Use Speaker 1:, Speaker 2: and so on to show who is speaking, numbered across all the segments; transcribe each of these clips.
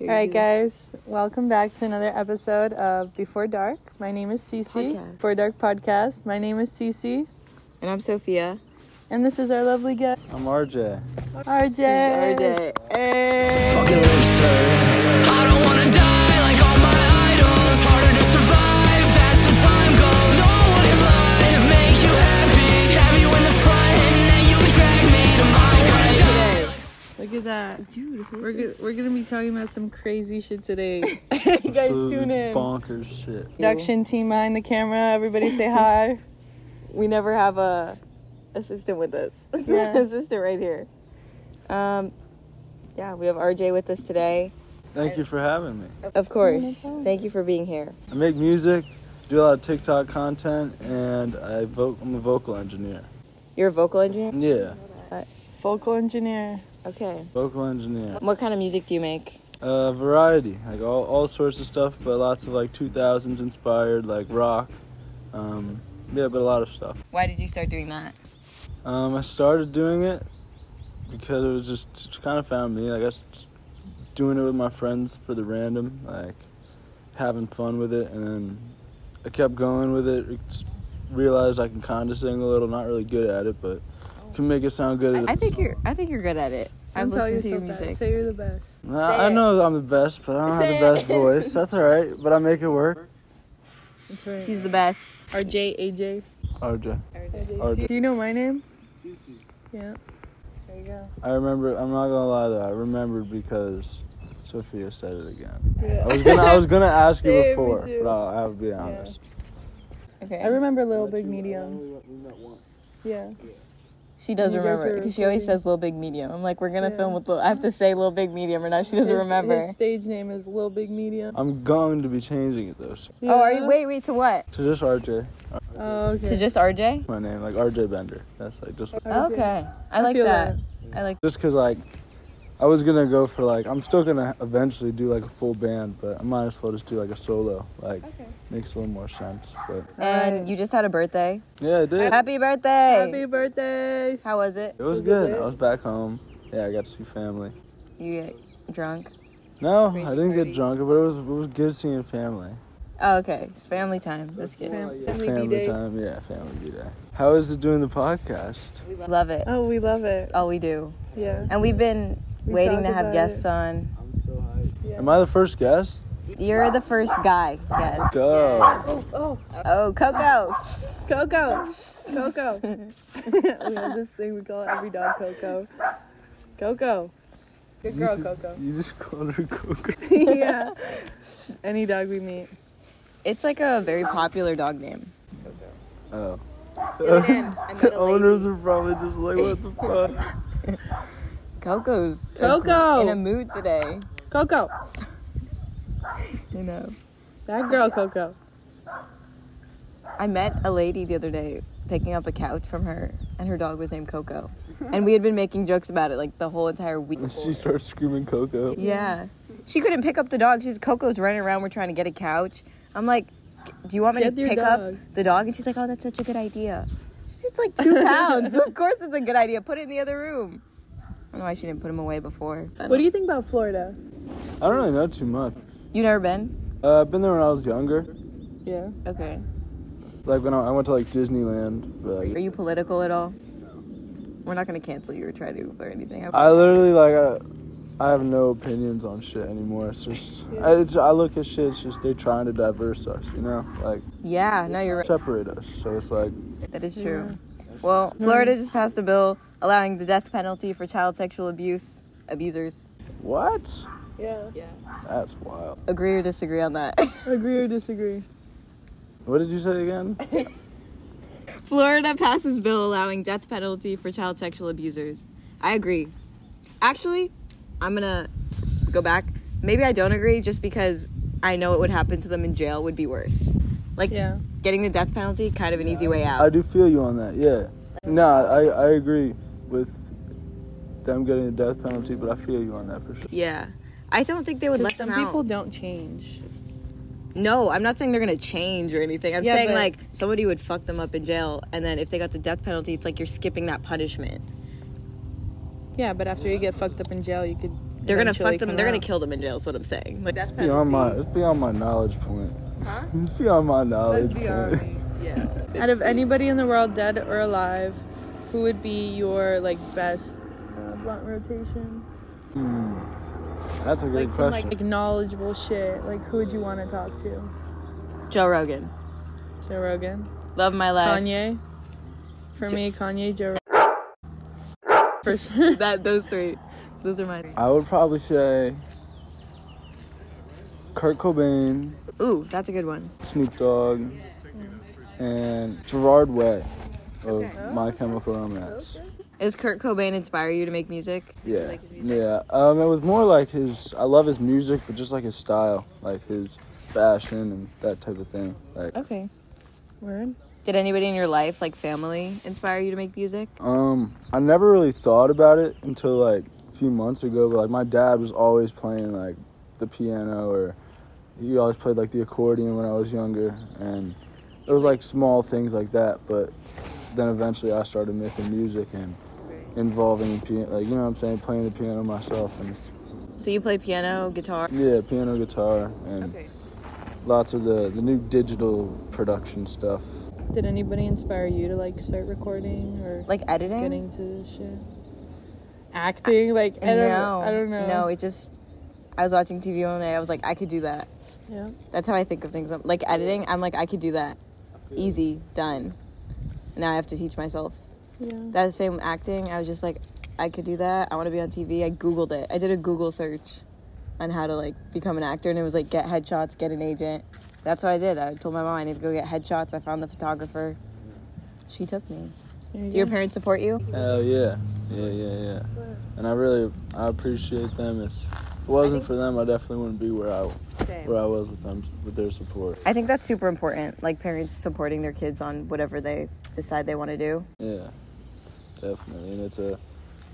Speaker 1: All right, guys, welcome back to another episode of Before Dark. My name is Cece.
Speaker 2: Podcast.
Speaker 1: Before Dark podcast. My name is Cece,
Speaker 2: And I'm Sophia.
Speaker 1: and this is our lovely guest,
Speaker 3: I'm RJ.
Speaker 1: RJ.
Speaker 2: RJ. Hey.
Speaker 4: I don't wanna die like all my idols. Harder to survive as the time goes. No one in line to make you happy. Stab you in the front and then you drag me to my grave.
Speaker 1: Look at that.
Speaker 2: Dude,
Speaker 1: We're go- we're gonna be talking about some crazy shit today.
Speaker 2: you guys
Speaker 3: Absolutely
Speaker 2: tune in.
Speaker 3: Bonkers shit.
Speaker 1: Production team behind the camera. Everybody say hi.
Speaker 2: We never have a assistant with us.
Speaker 1: Yeah.
Speaker 2: assistant right here. Um, yeah, we have RJ with us today.
Speaker 3: Thank you for having me.
Speaker 2: Of
Speaker 1: Oh
Speaker 2: course. Thank you for being here.
Speaker 3: I make music, do a lot of TikTok content, and I vo- I'm a vocal engineer.
Speaker 2: You're a vocal engineer.
Speaker 3: Yeah,
Speaker 1: Vocal engineer.
Speaker 2: Okay.
Speaker 3: vocal engineer.
Speaker 2: What kind of music do you make?
Speaker 3: Uh, variety, like all, all sorts of stuff, but lots of like 2000s inspired, like rock. Um, yeah, but a lot of stuff.
Speaker 2: Why did you start doing that?
Speaker 3: Um, I started doing it because it was just, just kind of found me. Like I was just doing it with my friends for the random, like having fun with it, and then I kept going with it. It's- Realized I can kind of sing a little. Not really good at it, but can make it sound good.
Speaker 2: Oh. I, I think you're. I think you're good at it. I've
Speaker 1: Don't tell
Speaker 2: listened to your
Speaker 1: yourself that.
Speaker 2: music.
Speaker 1: Say you're the best.
Speaker 3: Nah,
Speaker 2: say
Speaker 3: I
Speaker 2: it.
Speaker 3: know I'm the best, but I don't
Speaker 2: Say
Speaker 3: have the
Speaker 2: it.
Speaker 3: best voice. That's all right, but I make it work.
Speaker 1: That's right.
Speaker 2: He's the best.
Speaker 1: RJ AJ.
Speaker 3: RJ,
Speaker 1: Do
Speaker 3: RJ.
Speaker 1: you know my name? Yeah. There you go.
Speaker 3: I remember. I'm not gonna lie though. I remembered because Sophia said it again. I was gonna. I was gonna ask you
Speaker 1: Same, me
Speaker 3: before,
Speaker 1: too.
Speaker 3: but I'll, I'll be honest.
Speaker 2: Okay.
Speaker 1: I remember Little Big Medium. Yeah.
Speaker 2: She does
Speaker 1: You guys
Speaker 2: remember
Speaker 1: were
Speaker 2: because she always
Speaker 1: recording.
Speaker 2: says Little Big Medium. I'm like, we're gonna
Speaker 1: Yeah.
Speaker 2: film with. Lil- I have to say Little Big Medium, or now she doesn't
Speaker 1: His-
Speaker 2: remember.
Speaker 1: His stage name is Little Big Medium.
Speaker 3: I'm going to be changing it though. so-
Speaker 2: Oh, are you? Wait, wait. To what?
Speaker 3: To just RJ,
Speaker 1: Oh, okay.
Speaker 2: To just RJ?
Speaker 3: my name, like RJ Bender. That's like just
Speaker 2: Okay. I like
Speaker 1: feel
Speaker 2: that. I like.
Speaker 3: just cause like I was gonna go for like I'm still gonna eventually do like a full band, but I might as well just do like a solo. Like makes a little more sense. But
Speaker 2: And you just had a birthday.
Speaker 3: yeah, I did.
Speaker 2: Happy birthday!
Speaker 1: Happy
Speaker 3: Oh,
Speaker 1: birthday.
Speaker 2: How was it?
Speaker 3: It was
Speaker 1: it
Speaker 3: good.
Speaker 1: good?
Speaker 3: I was back home. Yeah, I got to see family.
Speaker 2: You get drunk?
Speaker 3: No,
Speaker 2: Crazy
Speaker 3: I didn't
Speaker 2: party.
Speaker 3: get drunk, but it was it was good seeing family.
Speaker 2: Oh, okay. It's family time. That's good.
Speaker 1: Fam-
Speaker 3: family
Speaker 1: D-Day.
Speaker 3: time, yeah, family day. How is it doing the podcast?
Speaker 2: Love it.
Speaker 1: Oh, we love it.
Speaker 2: It's all we do.
Speaker 1: Yeah.
Speaker 2: And we've been
Speaker 1: We
Speaker 2: waiting
Speaker 1: talk
Speaker 2: to have
Speaker 1: about
Speaker 2: guests
Speaker 1: it.
Speaker 2: on.
Speaker 3: Am I the first guest?
Speaker 2: You're the first guy guest.
Speaker 3: Go.
Speaker 1: Oh,
Speaker 2: Oh, Coco.
Speaker 1: Coco. Coco. we have this thing we call every dog Coco. Coco. Good girl,
Speaker 3: you, just,
Speaker 1: Coco.
Speaker 3: you just called her Coco.
Speaker 1: yeah. Any dog we meet.
Speaker 2: It's like a very popular dog name.
Speaker 3: Oh.
Speaker 2: The
Speaker 3: The owners are probably just like, what the fuck?
Speaker 2: Coco's in a
Speaker 1: Coco.
Speaker 2: mood today.
Speaker 1: Coco.
Speaker 2: You know.
Speaker 1: That girl, Coco.
Speaker 2: I met a lady the other day picking up a couch from her, and her dog was named Coco. And we had been making jokes about it like the whole entire week.
Speaker 3: And
Speaker 2: before.
Speaker 3: she starts screaming Coco.
Speaker 2: Yeah. She couldn't pick up the dog. She's Coco's running around. We're trying to get a couch. I'm like, do you want me
Speaker 1: Get
Speaker 2: to
Speaker 1: your
Speaker 2: pick
Speaker 1: dog."
Speaker 2: up the dog? And she's like, oh, that's such a good idea. She's like two pounds. of course, it's a good idea. Put it in the other room. I don't know why she didn't put him away before.
Speaker 1: What do you think about Florida?
Speaker 3: I don't really know too much.
Speaker 2: You never been?
Speaker 3: Uh, I've been there when I was younger.
Speaker 1: Yeah.
Speaker 2: Okay.
Speaker 3: Like when I, I went to like Disneyland. But,
Speaker 2: Are
Speaker 3: like,
Speaker 2: you political at all? We're not gonna cancel you or try to or anything.
Speaker 3: I literally like I, I have no opinions on shit anymore. It's just I, it's, I look at shit. It's just they're trying to diverse us, you know, like
Speaker 2: yeah. No, you're right.
Speaker 3: separate us. So it's like
Speaker 2: That is true. Well, Florida just passed a bill allowing the death penalty for child sexual abuse abusers.
Speaker 3: what?
Speaker 1: Yeah.
Speaker 3: That's wild.
Speaker 2: Agree or disagree on that?
Speaker 1: Agree or disagree?
Speaker 3: What did you say again?
Speaker 2: Florida passes bill allowing death penalty for child sexual abusers. I agree. Actually, I'm gonna go back. Maybe I don't agree just because I know what would happen to them in jail would be worse. Like
Speaker 1: Yeah.
Speaker 2: getting the death penalty, kind of an easy way
Speaker 3: I
Speaker 2: out.
Speaker 3: do feel you on that. Yeah. Nah, I, I agree with them getting a death penalty, but I feel you on that for sure.
Speaker 2: Yeah, I don't think they would let them
Speaker 1: Some people
Speaker 2: out.
Speaker 1: don't change.
Speaker 2: No, I'm not saying they're gonna change or anything. I'm
Speaker 1: Yeah,
Speaker 2: saying
Speaker 1: but-
Speaker 2: like somebody would fuck them up in jail, and then if they got the death penalty, it's like you're skipping that punishment.
Speaker 1: Yeah, but after you get fucked up in jail, you could
Speaker 2: They're gonna
Speaker 1: eventually
Speaker 2: fuck them.
Speaker 1: come
Speaker 2: They're gonna
Speaker 1: out.
Speaker 2: kill them in jail. Is what I'm saying. Like that's
Speaker 3: It's beyond my it's beyond my knowledge point. It's beyond my knowledge point.
Speaker 2: Yeah.
Speaker 1: Out of anybody in the world, dead or alive, who would be your like best uh, blunt rotation?
Speaker 3: That's a great
Speaker 1: Like some
Speaker 3: question.
Speaker 1: like acknowledgeable shit. Like who would you want to talk to?
Speaker 2: Joe Rogan.
Speaker 1: Joe Rogan,
Speaker 2: Love my life.
Speaker 1: Kanye. For me, Kanye, Joe. Rogan. For sure.
Speaker 2: That those three. Those are my.
Speaker 3: I would probably say Kurt Cobain,
Speaker 2: Ooh, that's a good one.
Speaker 3: Snoop Dogg, and Gerard Way of My Chemical Romance.
Speaker 2: Is Kurt Cobain inspire you to make music?
Speaker 3: Yeah, yeah. Um, it was more like his. I love his music, but just like his style, like his fashion and that type of thing. Like,
Speaker 2: Okay.
Speaker 1: Word.
Speaker 2: Did anybody in your life, like family, inspire you to make music?
Speaker 3: um, I never really thought about it until like a few months ago. But like, my dad was always playing like the piano, or he always played like the accordion when I was younger, and it was like small things like that. But then eventually, I started making music and involving piano, like you know what I'm saying, playing the piano myself, and it's
Speaker 2: So you play piano, guitar.
Speaker 3: Yeah, piano, guitar, and lots of the the new digital production stuff.
Speaker 1: Did anybody inspire you to like start recording or
Speaker 2: Like editing?
Speaker 1: getting to this shit? Acting, like I don't,
Speaker 2: no,
Speaker 1: I don't know.
Speaker 2: No, it just. I was watching TV one day. I was like, I could do that.
Speaker 1: Yeah.
Speaker 2: That's how I think of things. I'm- Like editing, I'm like, I could do that. Easy, done. Now I have to teach myself.
Speaker 1: Yeah.
Speaker 2: That same acting, I was just like, I could do that. I want to be on TV. I googled it. I did a Google search on how to like become an actor, and it was like get headshots, get an agent. That's what I did. I told my mom I need to go get headshots. I found the photographer. She took me.
Speaker 1: There you
Speaker 2: Do your
Speaker 1: go.
Speaker 2: parents support you?
Speaker 3: Hell yeah, yeah, yeah, yeah. And I really I appreciate them. It's, if it wasn't for them, I definitely wouldn't be where I where I was with them with their support.
Speaker 2: I think that's super important. Like parents supporting their kids on whatever they decide they want to do.
Speaker 3: Yeah, definitely, and it's a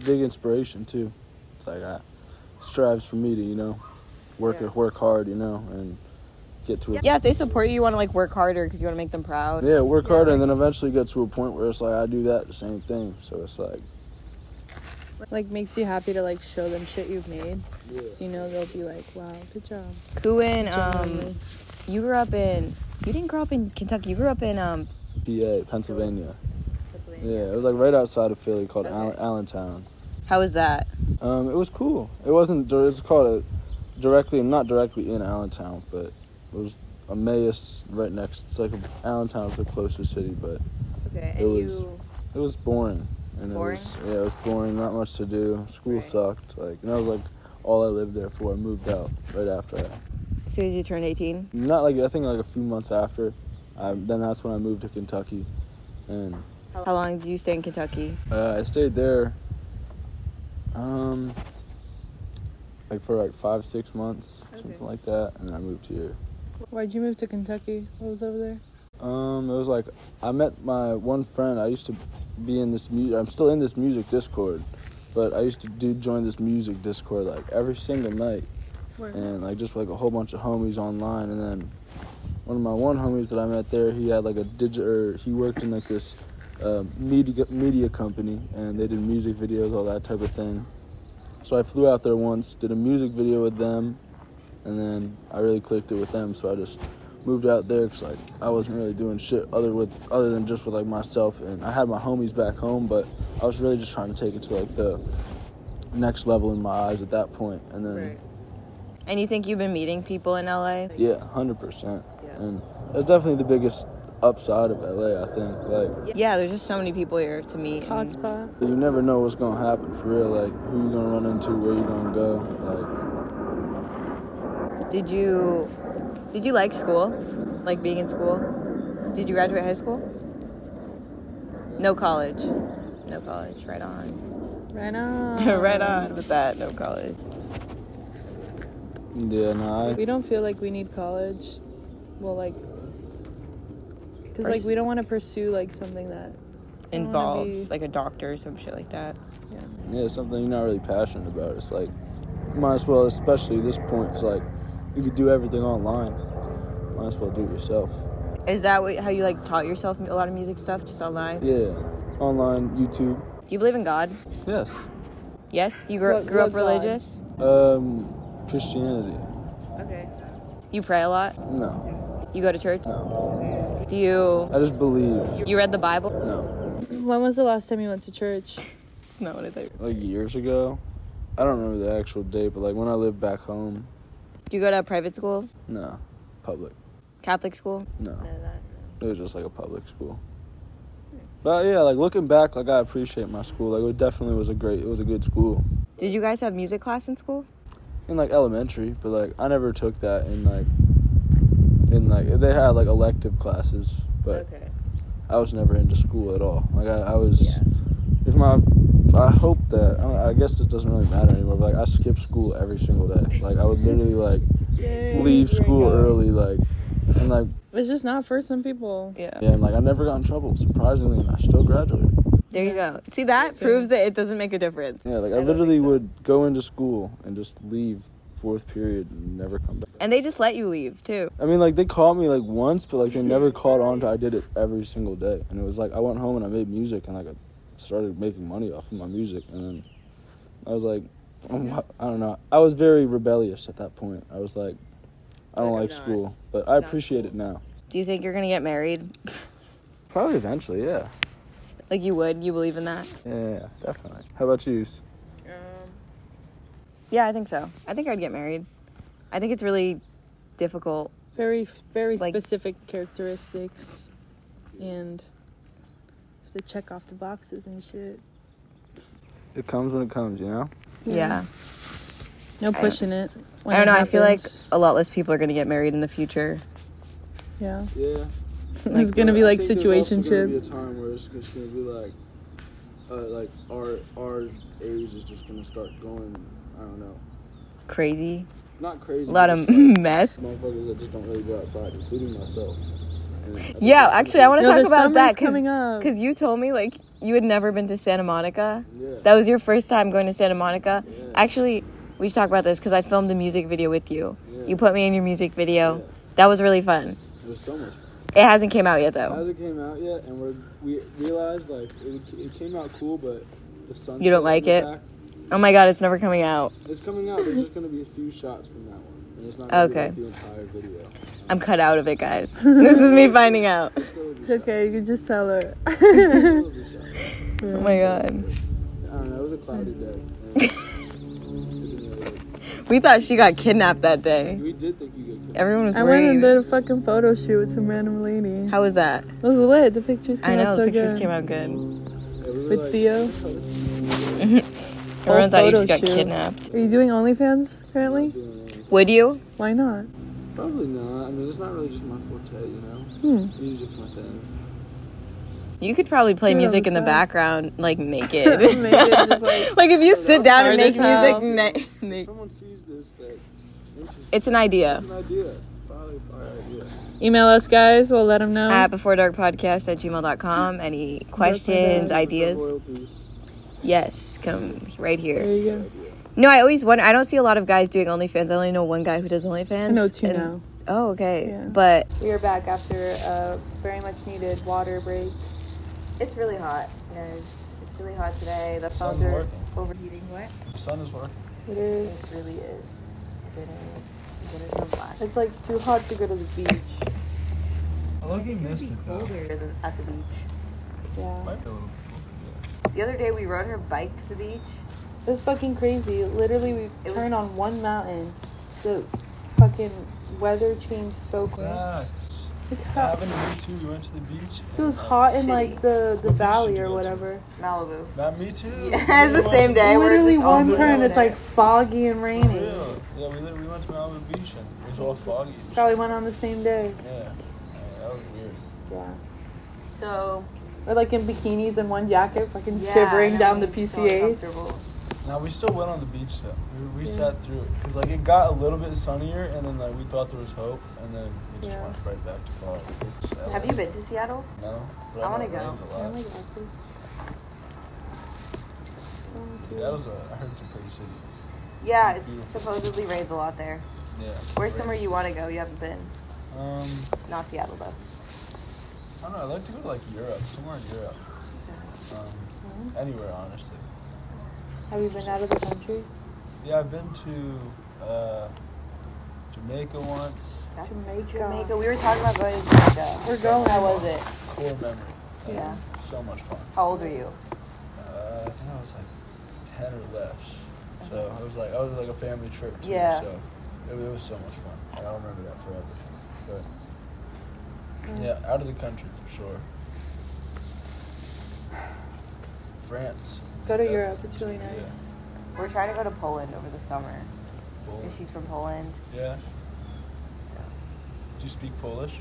Speaker 3: big inspiration too. It's like I strives for me to you know work work hard, you know, and get to a
Speaker 2: Yeah, if they support you, you want to like work harder because you want to make them proud.
Speaker 3: Yeah, work harder and then eventually get to a point where it's like I do that the same thing. So it's like
Speaker 1: Like makes you happy to like show them shit you've made. So you know they'll be like, wow, good job.
Speaker 2: Kuin,
Speaker 1: Genuinely.
Speaker 2: um, you grew up in. You didn't grow up in Kentucky. You grew up in um.
Speaker 3: PA, Pennsylvania. Yeah, it was like right outside of Philly called Allen Allentown.
Speaker 2: How was that?
Speaker 3: Um, it was cool. It wasn't. dir- It was called a, directly, not directly in Allentown, but it was Emmaus right next. It's like a, Allentown's the closer city, but
Speaker 2: Okay,
Speaker 3: and was- you- it was boring. And
Speaker 2: Boring?
Speaker 3: It was, yeah, it was boring. Not much to do. School
Speaker 2: Right.
Speaker 3: sucked. Like and that was like all I lived there for. I moved out right after. I,
Speaker 2: As soon as you turned 18,
Speaker 3: not like I think like a few months after. I, then that's when I moved to Kentucky, and
Speaker 2: how long did you stay in Kentucky?
Speaker 3: Uh, I stayed there, um, like for like five, six months, something like that, and then I moved here.
Speaker 1: Why'd you move to Kentucky? What was over there?
Speaker 3: Um, it was like I met my one friend. I used to be in this. Mu- I'm still in this music Discord, but I used to do join this music Discord like every single night,
Speaker 1: Word.
Speaker 3: and like just like a whole bunch of homies online. And then one of my one homies that I met there, he had like a digit or he worked in like this uh, media media company, and they did music videos, all that type of thing. So I flew out there once, did a music video with them, and then I really clicked it with them. So I just moved out there because like I wasn't really doing shit other with other than just with like myself and I had my homies back home, but I was really just trying to take it to like the next level in my eyes at that point. And then
Speaker 2: And you think you've been meeting people in LA?
Speaker 3: yeah, hundred percent. And that's definitely the biggest upside of LA. I think like
Speaker 2: Yeah, there's just so many people here to meet. and-
Speaker 1: Hotspot.
Speaker 3: you never know what's gonna happen for real. Like who you gonna run into, where you gonna go. Like
Speaker 2: Did you did you like school? Like being in school? Did you graduate high school? No college. No college. Right on.
Speaker 1: Right now.
Speaker 2: right on with that. No college.
Speaker 3: yeah, no, I,
Speaker 1: We don't feel like we need college. Well, like, because like
Speaker 2: Pers-
Speaker 1: we don't want to pursue like something that. I don't wanna
Speaker 2: Involves
Speaker 1: be-
Speaker 2: like a doctor or some shit like that.
Speaker 3: yeah, it's something you're not really passionate about. It's like you might as well, especially at this point. It's like you could do everything online. Might as well do it yourself.
Speaker 2: Is that what, how you like taught yourself a lot of music stuff just online?
Speaker 3: Yeah, online, YouTube.
Speaker 2: Do you believe in God?
Speaker 3: Yes,
Speaker 2: Yes, you grew,
Speaker 1: What-
Speaker 2: grew up
Speaker 1: what God?
Speaker 2: religious.
Speaker 3: Um, Christianity.
Speaker 2: Okay. You pray a lot.
Speaker 3: No,
Speaker 2: You go to church.
Speaker 3: no.
Speaker 1: Uh,
Speaker 2: Do you?
Speaker 3: I just believe.
Speaker 2: You read the Bible?
Speaker 3: No,
Speaker 1: When was the last time you went to church?
Speaker 2: That's not what I thought.
Speaker 3: like years ago. I don't remember the actual date, but like when I lived back home.
Speaker 2: Do you go to a private school?
Speaker 3: No, public.
Speaker 2: Catholic school?
Speaker 3: No, it was just like a public school. But yeah, like looking back, like I appreciate my school. Like it definitely was a great, it was a good school
Speaker 2: Did you guys have music class in school?
Speaker 3: in like elementary, but like I never took that in like in like they had like elective classes, but I was never into school at all. Like I, I was,
Speaker 2: Yeah.
Speaker 3: if my, I hope that I, don't- I guess it doesn't really matter anymore. But like I skipped school every single day. Like I would literally like leave school early, like and like
Speaker 1: It's just not for some people.
Speaker 2: Yeah.
Speaker 3: yeah, and like I never got in trouble. Surprisingly, and I still graduated.
Speaker 2: There you go. See, that proves that it doesn't make a difference.
Speaker 3: Yeah, like I, literally would go into school and just leave fourth period and never come back.
Speaker 2: And they just let you leave too.
Speaker 3: I mean, like they called me like once, but like they never caught on to I did it every single day. And it was like I went home and I made music and like I started making money off of my music. And then I was like, I'm not- I don't know. I was very rebellious at that point. I was like, I don't
Speaker 2: Like, I'm
Speaker 3: like
Speaker 2: not-
Speaker 3: school, but I appreciate it now.
Speaker 2: Do you think you're gonna get married?
Speaker 3: Probably eventually, yeah.
Speaker 2: Like you would? You believe in that?
Speaker 3: Yeah, yeah, yeah, definitely. How about you?
Speaker 2: Yeah, I think so. I think I'd get married. I think it's really difficult.
Speaker 1: Very, very
Speaker 2: Like-
Speaker 1: specific characteristics, and have to check off the boxes and shit.
Speaker 3: It comes when it comes, you know.
Speaker 2: Yeah.
Speaker 1: No pushing it. when
Speaker 2: I don't
Speaker 1: it
Speaker 2: know. I feel like
Speaker 1: happens.
Speaker 2: a lot less people are gonna get married in the future.
Speaker 1: yeah,
Speaker 3: Yeah.
Speaker 1: it's gonna be like situationship.
Speaker 3: There's gonna be a time where it's just gonna be like, uh, like our our age is just gonna start going. I don't know.
Speaker 2: Crazy.
Speaker 3: Not crazy.
Speaker 2: A lot
Speaker 3: but
Speaker 2: of
Speaker 3: just,
Speaker 2: meth.
Speaker 3: like, motherfuckers that just don't really go outside, including myself. And I think
Speaker 2: Yeah,
Speaker 3: that's
Speaker 2: actually, I want to
Speaker 1: No,
Speaker 2: talk
Speaker 1: the
Speaker 2: about
Speaker 1: summer's
Speaker 2: that
Speaker 1: coming
Speaker 2: because
Speaker 1: up.
Speaker 2: you told me like you had never been to Santa Monica.
Speaker 3: Yeah.
Speaker 2: That was your first time going to Santa Monica.
Speaker 3: Yeah.
Speaker 2: Actually, we should talk about this because I filmed a music video with you.
Speaker 3: Yeah.
Speaker 2: You put me in your music video.
Speaker 3: Yeah.
Speaker 2: That was really fun.
Speaker 3: It was so much.
Speaker 2: It hasn't came out yet though.
Speaker 3: As it came out yet, and we're, we realized like it, it came out cool, but the sun.
Speaker 2: You don't like it? Oh my god, it's never coming out.
Speaker 3: It's coming out. There's just gonna be a few shots from that one, and it's not gonna
Speaker 2: Okay.
Speaker 3: be like, the entire video.
Speaker 2: I'm cut out of it, guys. this is me finding out.
Speaker 3: It's still gonna be
Speaker 1: It's okay. You can just tell her.
Speaker 3: shots. It's still gonna be shots.
Speaker 2: Oh my god.
Speaker 3: I don't know, it was a cloudy day. and it didn't really-
Speaker 2: We thought she got kidnapped that day.
Speaker 3: we did think you could kill
Speaker 2: Everyone was
Speaker 1: I went and
Speaker 2: worried.
Speaker 1: did a fucking photo shoot with some random lady.
Speaker 2: How was that?
Speaker 1: It was lit. The pictures
Speaker 2: I
Speaker 1: came
Speaker 2: know
Speaker 1: out so
Speaker 2: the pictures
Speaker 1: good.
Speaker 2: came out good.
Speaker 1: With Theo.
Speaker 2: Everyone thought you just got
Speaker 1: photo shoot.
Speaker 2: kidnapped.
Speaker 1: Are you doing OnlyFans currently?
Speaker 2: Would you?
Speaker 1: Why not?
Speaker 3: Probably not. I mean, it's not really just my forte, you know? Music's my thing.
Speaker 2: You could probably play
Speaker 1: Dude,
Speaker 2: music
Speaker 1: I'm
Speaker 2: in the
Speaker 1: sad.
Speaker 2: background, like naked.
Speaker 1: Naked, just like-
Speaker 2: Like, if you sit down and
Speaker 1: hard
Speaker 2: make
Speaker 1: as hell.
Speaker 2: music, na-
Speaker 3: If
Speaker 2: na-
Speaker 3: someone sees this, that interesting
Speaker 2: it's an idea.
Speaker 3: idea. It's probably a fire idea.
Speaker 1: Email us, guys. We'll let them know.
Speaker 2: At before dark podcast at gmail.com. Any questions, ideas?
Speaker 3: Royalties.
Speaker 2: Yes, come right
Speaker 1: there
Speaker 2: here.
Speaker 1: you go.
Speaker 2: No, I always wonder. I don't see a lot of guys doing OnlyFans. I only know one guy who does OnlyFans.
Speaker 1: I know two
Speaker 2: and-
Speaker 1: now.
Speaker 2: Oh, okay.
Speaker 1: Yeah.
Speaker 2: But
Speaker 1: We are back after a very much needed water break.
Speaker 2: it's really hot, guys. It's really hot today. The
Speaker 3: phones are working.
Speaker 2: overheating. What?
Speaker 3: The sun is working.
Speaker 1: It is.
Speaker 2: really is.
Speaker 1: It's like too hot to go to the beach.
Speaker 3: I like you missed it,
Speaker 2: At the beach.
Speaker 1: Yeah.
Speaker 2: The other day we rode her bike to the beach.
Speaker 1: It's fucking crazy. Literally, we
Speaker 2: It was-
Speaker 1: turned on one mountain. The fucking weather changed so quick. It's hot.
Speaker 3: me too. We went to the beach.
Speaker 1: It was hot in like the, the
Speaker 3: What beach
Speaker 1: valley
Speaker 3: did you
Speaker 1: or
Speaker 3: go to?
Speaker 1: whatever.
Speaker 2: Malibu.
Speaker 3: Not me too.
Speaker 2: it's the same day. we're
Speaker 1: Literally
Speaker 2: just all
Speaker 1: one
Speaker 2: going
Speaker 1: turn,
Speaker 2: over
Speaker 1: it's
Speaker 2: there.
Speaker 1: like foggy and raining.
Speaker 3: Yeah, we, we went to Malibu Beach and it was all foggy.
Speaker 1: Probably went on the same day.
Speaker 3: Yeah. That was weird.
Speaker 1: Yeah.
Speaker 2: so
Speaker 1: Or like in bikinis and one jacket, fucking
Speaker 2: yeah,
Speaker 1: shivering
Speaker 2: no,
Speaker 1: down the
Speaker 2: it's so
Speaker 1: PCA.
Speaker 2: uncomfortable.
Speaker 3: Now we still went on the beach though. We, we sat through it because like it got a little bit sunnier, and then like we thought there was hope, and then it just
Speaker 1: Yeah.
Speaker 3: went right back to fall.
Speaker 2: Have you been to Seattle?
Speaker 3: No, but
Speaker 2: I
Speaker 3: know
Speaker 2: wanna
Speaker 3: it
Speaker 2: go.
Speaker 3: rains a lot. That was a, I heard some pretty cities.
Speaker 2: Yeah, it
Speaker 3: Beautiful.
Speaker 2: supposedly rains a lot there.
Speaker 3: Yeah.
Speaker 2: Where's somewhere you want to go you haven't been?
Speaker 3: Um,
Speaker 2: Not Seattle though.
Speaker 3: I don't know. I'd like to go to like Europe, somewhere in Europe. Um, anywhere honestly.
Speaker 1: Have you been out of the country?
Speaker 3: Yeah, I've been to uh, Jamaica once.
Speaker 1: Jamaica.
Speaker 2: Jamaica. We were talking about going to Jamaica.
Speaker 1: We're going.
Speaker 2: How was it?
Speaker 3: Core memory. That
Speaker 2: Yeah.
Speaker 3: was So much fun.
Speaker 2: How old were you?
Speaker 3: Uh, I think I was like ten or less. So I was like, I was like a family trip too.
Speaker 2: Yeah.
Speaker 3: So it, wa- it was so much fun. Like, I'll remember that forever. But yeah, out of the country for sure. France.
Speaker 1: Go to
Speaker 3: That's-
Speaker 1: Europe. It's really nice.
Speaker 3: Yeah.
Speaker 2: We're trying to go to Poland over the summer.
Speaker 3: Poland.
Speaker 2: 'cause she's from Poland.
Speaker 3: Yeah. Do you speak Polish?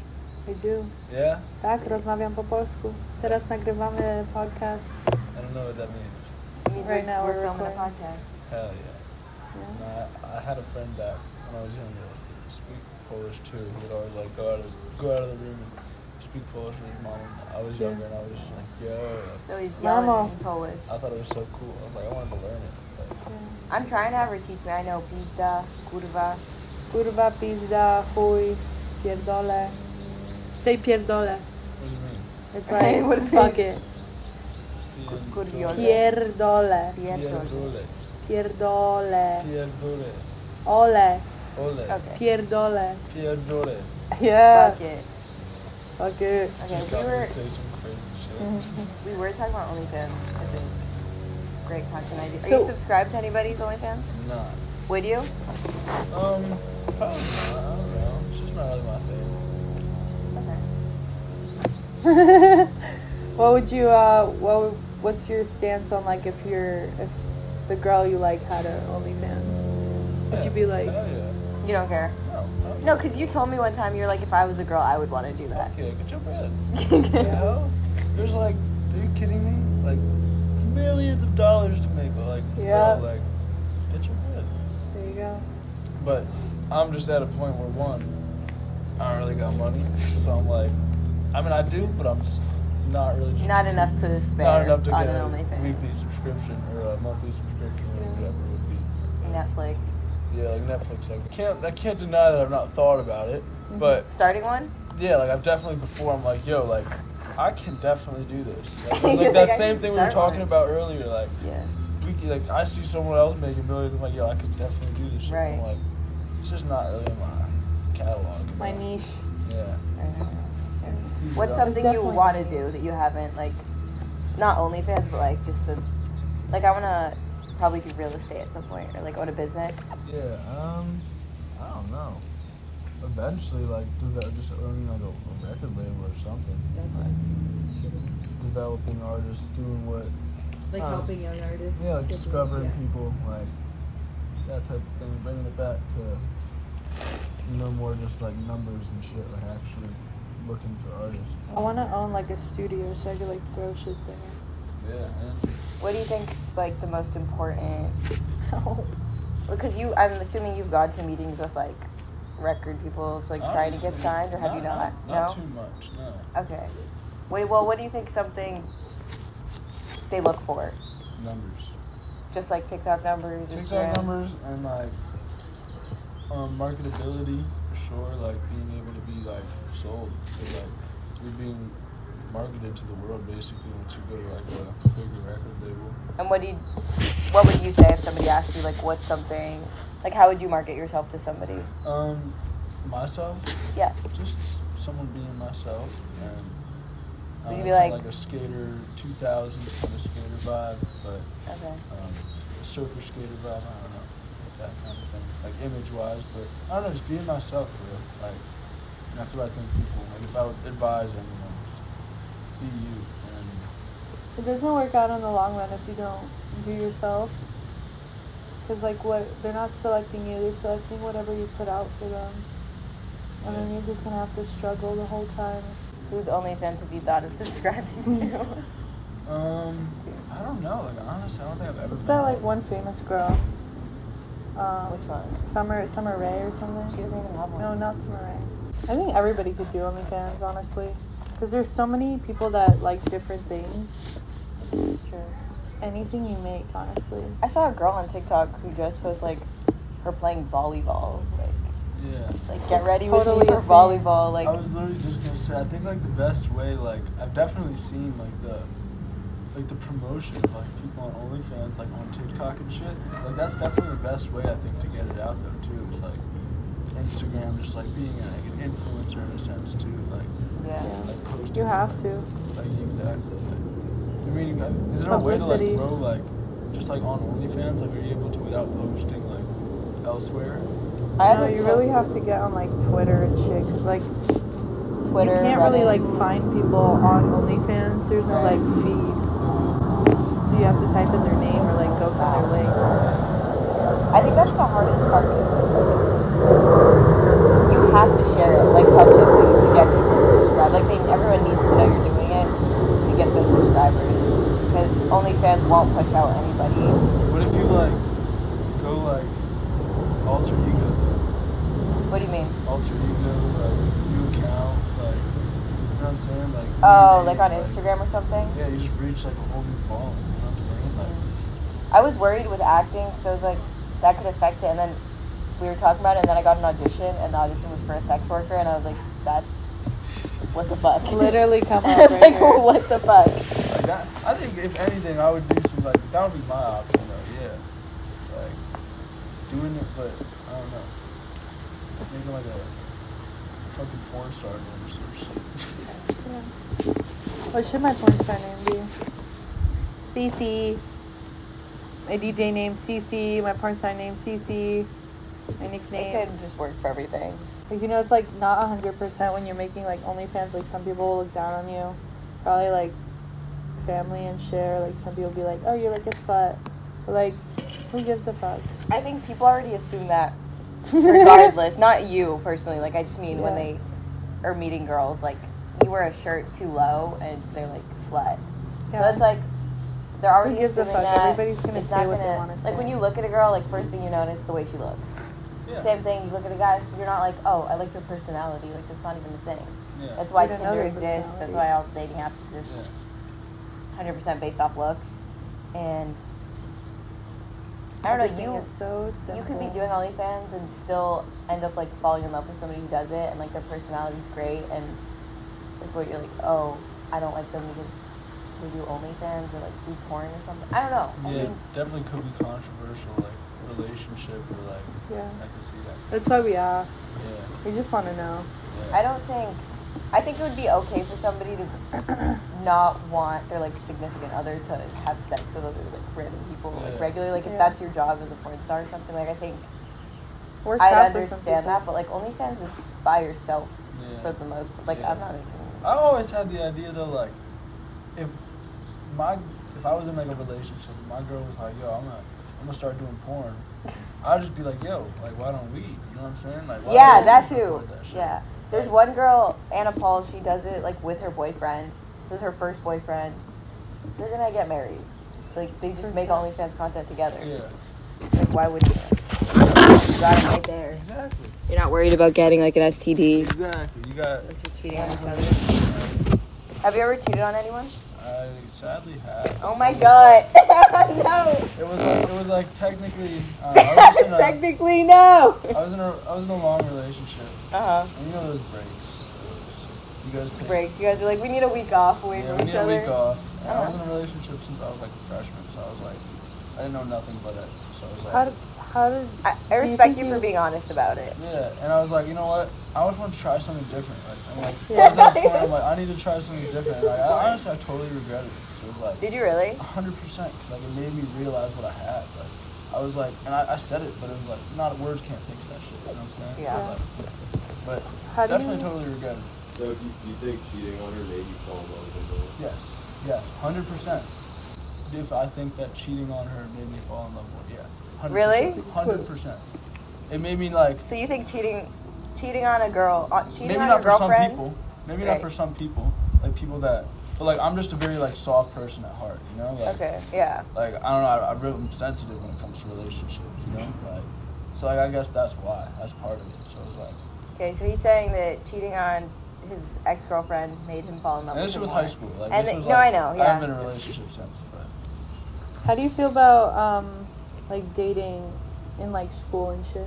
Speaker 1: I do.
Speaker 3: Yeah.
Speaker 1: Tak, rozmawiam po polsku. Teraz nagrywamy podcast.
Speaker 3: I don't know what that means.
Speaker 1: Right now
Speaker 2: we're,
Speaker 1: we're
Speaker 2: filming a
Speaker 1: recording.
Speaker 2: podcast.
Speaker 3: Hell yeah. And I, I had a friend back when I was younger that speak Polish too. He'd always like go out of go out of the room and speak Polish with his mom. I was
Speaker 1: Yeah.
Speaker 3: younger and I was just like, yo. Like,
Speaker 2: So he's yelling
Speaker 1: Mama.
Speaker 2: in Polish.
Speaker 3: I thought it was so cool. I was like, I wanted to learn it. Like,
Speaker 2: I'm trying to have her teach me. I know pizza, kurwa.
Speaker 1: Kurwa, pizda, chuj, pierdole. Say pierdole.
Speaker 3: what do you mean?
Speaker 1: It's
Speaker 2: Okay,
Speaker 1: like,
Speaker 2: what is
Speaker 1: fuck
Speaker 2: it?
Speaker 1: it.
Speaker 3: Pien-
Speaker 2: Curioso.
Speaker 1: Pierdole.
Speaker 2: Pierdol.
Speaker 3: Pierdole.
Speaker 1: Pierdole.
Speaker 3: Pierdole.
Speaker 1: Ole.
Speaker 3: Ole.
Speaker 2: Okay.
Speaker 1: Pierdole.
Speaker 3: Pierdole.
Speaker 1: Yeah.
Speaker 2: Fuck it.
Speaker 1: Fuck it.
Speaker 2: Okay,
Speaker 3: Just
Speaker 2: we
Speaker 3: got me
Speaker 2: were
Speaker 3: to say some crazy shit.
Speaker 2: we were talking about OnlyFans. It's a great content idea. Are you
Speaker 1: So-
Speaker 2: subscribed to anybody's OnlyFans?
Speaker 3: Nah.
Speaker 2: Would you?
Speaker 3: Um, probably not. I don't know. It's just not really my thing.
Speaker 2: Okay.
Speaker 1: What would you uh what would, what's your stance on like if you're if the girl you like had a OnlyFans? Would you be like
Speaker 3: Hell yeah.
Speaker 2: You don't care.
Speaker 3: No. no.
Speaker 2: No, because you told me one time you were like, if I was a girl, I would want to do that.
Speaker 3: Yeah, get your bread. you know? There's like, are you kidding me? Like, millions of dollars to make. Like,
Speaker 1: Yeah.
Speaker 3: bro, like, get your bread.
Speaker 1: there you go.
Speaker 3: But I'm just at a point where one, I don't really got money, so I'm like, I mean, I do, but I'm s- not really. Just
Speaker 2: Not enough to spare
Speaker 3: Not enough to
Speaker 2: on an
Speaker 3: get a
Speaker 2: OnlyFans.
Speaker 3: weekly subscription or a monthly subscription or
Speaker 1: Yeah.
Speaker 3: whatever it would be.
Speaker 2: Netflix.
Speaker 3: Yeah, like Netflix. Like, can't I can't deny that I've not thought about it, but
Speaker 2: Starting one?
Speaker 3: yeah, like I've definitely before. I'm like, yo, like I can definitely do this. Like, it's
Speaker 2: You're
Speaker 3: like
Speaker 2: like,
Speaker 3: that
Speaker 2: I
Speaker 3: same
Speaker 2: can
Speaker 3: thing we were
Speaker 2: start one.
Speaker 3: talking about earlier. Like
Speaker 2: Yeah.
Speaker 3: we can, like I see someone else making millions. I'm like, yo, I could definitely do this. Shit.
Speaker 2: Right.
Speaker 3: I'm like, it's just not really in my catalog. you
Speaker 1: My
Speaker 3: know?
Speaker 1: niche.
Speaker 3: Yeah.
Speaker 2: What's
Speaker 3: Yeah.
Speaker 2: something you
Speaker 1: Definitely.
Speaker 2: want to do that you haven't like, not OnlyFans, but like just the, like I want to probably do real estate at some point or like own a business.
Speaker 3: Yeah. Um, I don't know. Eventually, like develop, just owning like a, a record label or something. Like developing artists, doing what
Speaker 5: like
Speaker 3: Uh,
Speaker 5: helping young artists.
Speaker 3: Yeah, like
Speaker 5: get to-
Speaker 3: discovering
Speaker 5: yeah.
Speaker 3: people, like that type of thing, bringing it back to no more just like numbers and shit, like actually looking for artists.
Speaker 1: I wanna own like a studio so I could like throw shit there.
Speaker 3: Yeah,
Speaker 2: What do you think is like the most important? Because you, I'm assuming you've gone to meetings with like record people, it's like trying to get signed, or have you not?
Speaker 3: Not
Speaker 2: no.
Speaker 3: too much, no.
Speaker 2: Okay. Wait. Well, what do you think something they look for?
Speaker 3: Numbers.
Speaker 2: Just like TikTok numbers.
Speaker 3: TikTok
Speaker 2: Instagram?
Speaker 3: numbers and like um, marketability for sure, like being able to be like sold. So like you're being marketed to the world basically once you go to like a bigger record label.
Speaker 2: And what do you, what would you say if somebody asked you like what's something, like how would you market yourself to somebody?
Speaker 3: Um, myself.
Speaker 2: Yeah.
Speaker 3: Just s- someone being myself, and um, I
Speaker 2: Would
Speaker 3: don't
Speaker 2: you be
Speaker 3: know, kinda
Speaker 2: like-
Speaker 3: a skater, two thousand kind of skater vibe, but
Speaker 2: Okay.
Speaker 3: um, a surfer skater vibe. I don't know that kind of thing, like image wise. But I don't know, just being myself, bro. Like that's what I think people. Like if I would advise anyone, just be you. And
Speaker 1: It doesn't work out in the long run if you don't do yourself. Cause like what they're not selecting you, they're selecting whatever you put out for them. And then you're just gonna have to struggle the whole time.
Speaker 2: Whose OnlyFans have you thought of subscribing to?
Speaker 3: um, I don't know. Like honestly, I don't think I've ever.
Speaker 1: Is
Speaker 3: been
Speaker 1: that like one famous girl? Um,
Speaker 2: Which one?
Speaker 1: Summer Summer Ray or something?
Speaker 2: She doesn't even have one.
Speaker 1: No, not Samurai. I think everybody could do OnlyFans, honestly, because there's so many people that like different things.
Speaker 2: Sure.
Speaker 1: Anything you make, honestly.
Speaker 2: I saw a girl on TikTok who just was like, her playing volleyball, like
Speaker 3: Yeah.
Speaker 2: like get ready with
Speaker 1: Totally Oh,
Speaker 2: me for
Speaker 1: a thing.
Speaker 2: volleyball, like
Speaker 3: I was literally just gonna say, I think like the best way, like I've definitely seen like the like the promotion of like people on OnlyFans, like on TikTok and shit. Like that's definitely the best way I think to get it out there too. It's like Instagram, just like being like an influencer in a sense too. Like,
Speaker 1: Yeah.
Speaker 3: like posting.
Speaker 1: You have to.
Speaker 3: Like exactly. I mean, is there a way to like
Speaker 1: Publicity.
Speaker 3: grow like just like on OnlyFans? Like, are you able to without posting like elsewhere?
Speaker 2: I
Speaker 1: no,
Speaker 2: haven't
Speaker 1: you really have to get on like Twitter and shit, cause like
Speaker 2: Twitter.
Speaker 1: you can't really
Speaker 2: Reddit.
Speaker 1: like find people on OnlyFans. There's no like feed. So you have to type in their name or like go to their link.
Speaker 2: I think that's the hardest part. is You have to share it like publicly to get people to subscribe. Like they, everyone needs to know you're doing it to get those subscribers. Because OnlyFans won't push out anybody.
Speaker 3: What if you like go like alter ego,
Speaker 2: What do you mean?
Speaker 3: alter ego, like new account, like you know what I'm saying? Like
Speaker 2: Oh,
Speaker 3: new
Speaker 2: like on
Speaker 3: name,
Speaker 2: Instagram or something?
Speaker 3: Yeah, you just reach like a whole new following. You know what I'm saying? Like,
Speaker 2: I was worried with acting because I was like, that could affect it. And then we were talking about it, and then I got an audition, and the audition was for a sex worker, and I was like, that's what the fuck.
Speaker 1: Literally come
Speaker 2: I was
Speaker 1: up right
Speaker 2: like,
Speaker 1: here.
Speaker 2: what the fuck?
Speaker 3: like that. I think if anything, I would do some like that would be my option though. Yeah, like doing it, but I don't know. Maybe like a fucking porn star or some shit.
Speaker 1: What should my porn star name be? Cece. My DJ name Cece. My porn star name Cece. My nickname.
Speaker 2: It could just work for everything.
Speaker 1: Like you know, it's like not hundred percent when you're making like OnlyFans. Like some people will look down on you, probably like family and share. Like some people will be like, "Oh, you're like a slut," but like who gives a fuck?
Speaker 2: I think people already assume that, regardless. not you personally. Like I just mean when
Speaker 1: Yeah.
Speaker 2: they are meeting girls, like you wear a shirt too low, and they're like slut. So it's like they're already
Speaker 1: gives a
Speaker 2: assuming
Speaker 1: fuck?
Speaker 2: that
Speaker 1: Everybody's gonna
Speaker 2: it's
Speaker 1: say
Speaker 2: not
Speaker 1: what they
Speaker 2: gonna
Speaker 1: wanna
Speaker 2: like when
Speaker 1: say.
Speaker 2: you look at a girl, like first thing you notice the way she looks.
Speaker 3: Yeah.
Speaker 2: Same thing. You look at a guy, you're not like, oh, I like your personality. Like that's not even a thing.
Speaker 3: Yeah.
Speaker 2: That's why
Speaker 1: You don't know
Speaker 2: Tinder
Speaker 1: their
Speaker 2: exists. That's
Speaker 1: personality.
Speaker 2: why all dating apps exist.
Speaker 3: Yeah.
Speaker 2: Hundred percent based off looks, and I don't know.
Speaker 1: Everything
Speaker 2: You
Speaker 1: is so
Speaker 2: you could be
Speaker 1: simple.
Speaker 2: doing OnlyFans and still end up like falling in love with somebody who does it and like their personality's great and like what you're like, oh, I don't like them because they do OnlyFans or like do porn or something. I don't know. I
Speaker 3: Yeah,
Speaker 2: mean,
Speaker 3: definitely could be controversial, like relationship or like
Speaker 1: Yeah.
Speaker 3: I can see that.
Speaker 1: That's why we ask.
Speaker 3: Yeah,
Speaker 1: We just want to know.
Speaker 3: yeah.
Speaker 2: I don't think. I think it would be okay for somebody to not want their like significant other to have sex with other like random people like
Speaker 3: Yeah.
Speaker 2: regularly. Like if
Speaker 1: Yeah.
Speaker 2: that's your job as a porn star or something, like I think
Speaker 1: Works
Speaker 2: I'd
Speaker 1: out for some
Speaker 2: understand that. But
Speaker 1: people.
Speaker 2: like OnlyFans is by yourself
Speaker 3: Yeah.
Speaker 2: for the most. Like
Speaker 3: Yeah.
Speaker 2: I'm not making.
Speaker 3: I always had the idea though, like if my if I was in like a relationship, and my girl was like, "Yo, I'm gonna I'm gonna start doing porn," I'd just be like, "Yo, like why don't we?" You know what I'm saying? Like why
Speaker 2: Yeah,
Speaker 3: don't
Speaker 2: that
Speaker 3: we
Speaker 2: too.
Speaker 3: promote that shit?
Speaker 2: Yeah. There's one girl, Anna Paul, she does it like with her boyfriend. This is her first boyfriend. They're gonna get married. Like they just make OnlyFans content together.
Speaker 3: Yeah,
Speaker 2: Like why would you? You got it right there.
Speaker 3: exactly,
Speaker 6: You're not worried about getting like an STD.
Speaker 3: exactly. You got.
Speaker 2: Unless you're cheating on each other. Have you ever cheated on anyone?
Speaker 3: I sadly have.
Speaker 2: Oh my god. no.
Speaker 3: It was like it was like technically. Uh, I, was in a,
Speaker 2: Technically no.
Speaker 3: I was in a I was in a long relationship.
Speaker 2: Uh huh.
Speaker 3: And you know those breaks. those- You guys take
Speaker 2: Break. You guys are like, we need a week off away
Speaker 3: Yeah,
Speaker 2: from
Speaker 3: we
Speaker 2: each
Speaker 3: need
Speaker 2: other.
Speaker 3: a week off. And I
Speaker 2: Uh-huh.
Speaker 3: was in a relationship since I was like a freshman, so I was like, I didn't know nothing but it. So I was like,
Speaker 1: How did how did
Speaker 2: I, I
Speaker 1: Do you
Speaker 2: respect
Speaker 1: think
Speaker 2: you
Speaker 1: you-
Speaker 2: for being honest about it.
Speaker 3: yeah, and I was like, you know what? I always want to try something different. Like, I'm like, I
Speaker 1: Yeah.
Speaker 3: was at the point, I'm like, I need to try something different. Like, I, honestly, I totally regretted it. It was like,
Speaker 2: Did you really?
Speaker 3: 100% because like it made me realize what I had. Like I was like, and I, I said it, but it was like, not words can't fix that shit. You know what I'm saying?
Speaker 2: Yeah.
Speaker 3: Like, but
Speaker 1: How do
Speaker 3: definitely
Speaker 1: you-
Speaker 3: totally regretted.
Speaker 7: So do you, do you think cheating on her made you fall in love with her?
Speaker 3: Yes, yes, 100%. If I think that cheating on her made me fall in love with her, yeah. 100%,
Speaker 2: Really?
Speaker 3: 100%. It made me like,
Speaker 2: So you think cheating, cheating on a girl, on, cheating
Speaker 3: maybe
Speaker 2: on
Speaker 3: not
Speaker 2: a
Speaker 3: for some
Speaker 2: girlfriend?
Speaker 3: people, maybe
Speaker 2: Right.
Speaker 3: not for some people, like people that, but like I'm just a very like soft person at heart, you know? Like,
Speaker 2: Okay, yeah.
Speaker 3: like I don't know, I, I really am sensitive when it comes to relationships, you know? Like, so like I guess that's why, that's part of it. So it's like,
Speaker 2: Okay, so he's saying that cheating on his ex-girlfriend made him fall in love.
Speaker 3: and
Speaker 2: with
Speaker 3: this
Speaker 2: her
Speaker 3: was
Speaker 2: more.
Speaker 3: high school. Like,
Speaker 2: And
Speaker 3: this
Speaker 2: it-
Speaker 3: was
Speaker 2: no,
Speaker 3: like,
Speaker 2: I know,
Speaker 3: I
Speaker 2: yeah.
Speaker 3: haven't been in a relationship since, but
Speaker 1: how do you feel about um like dating in like school and shit?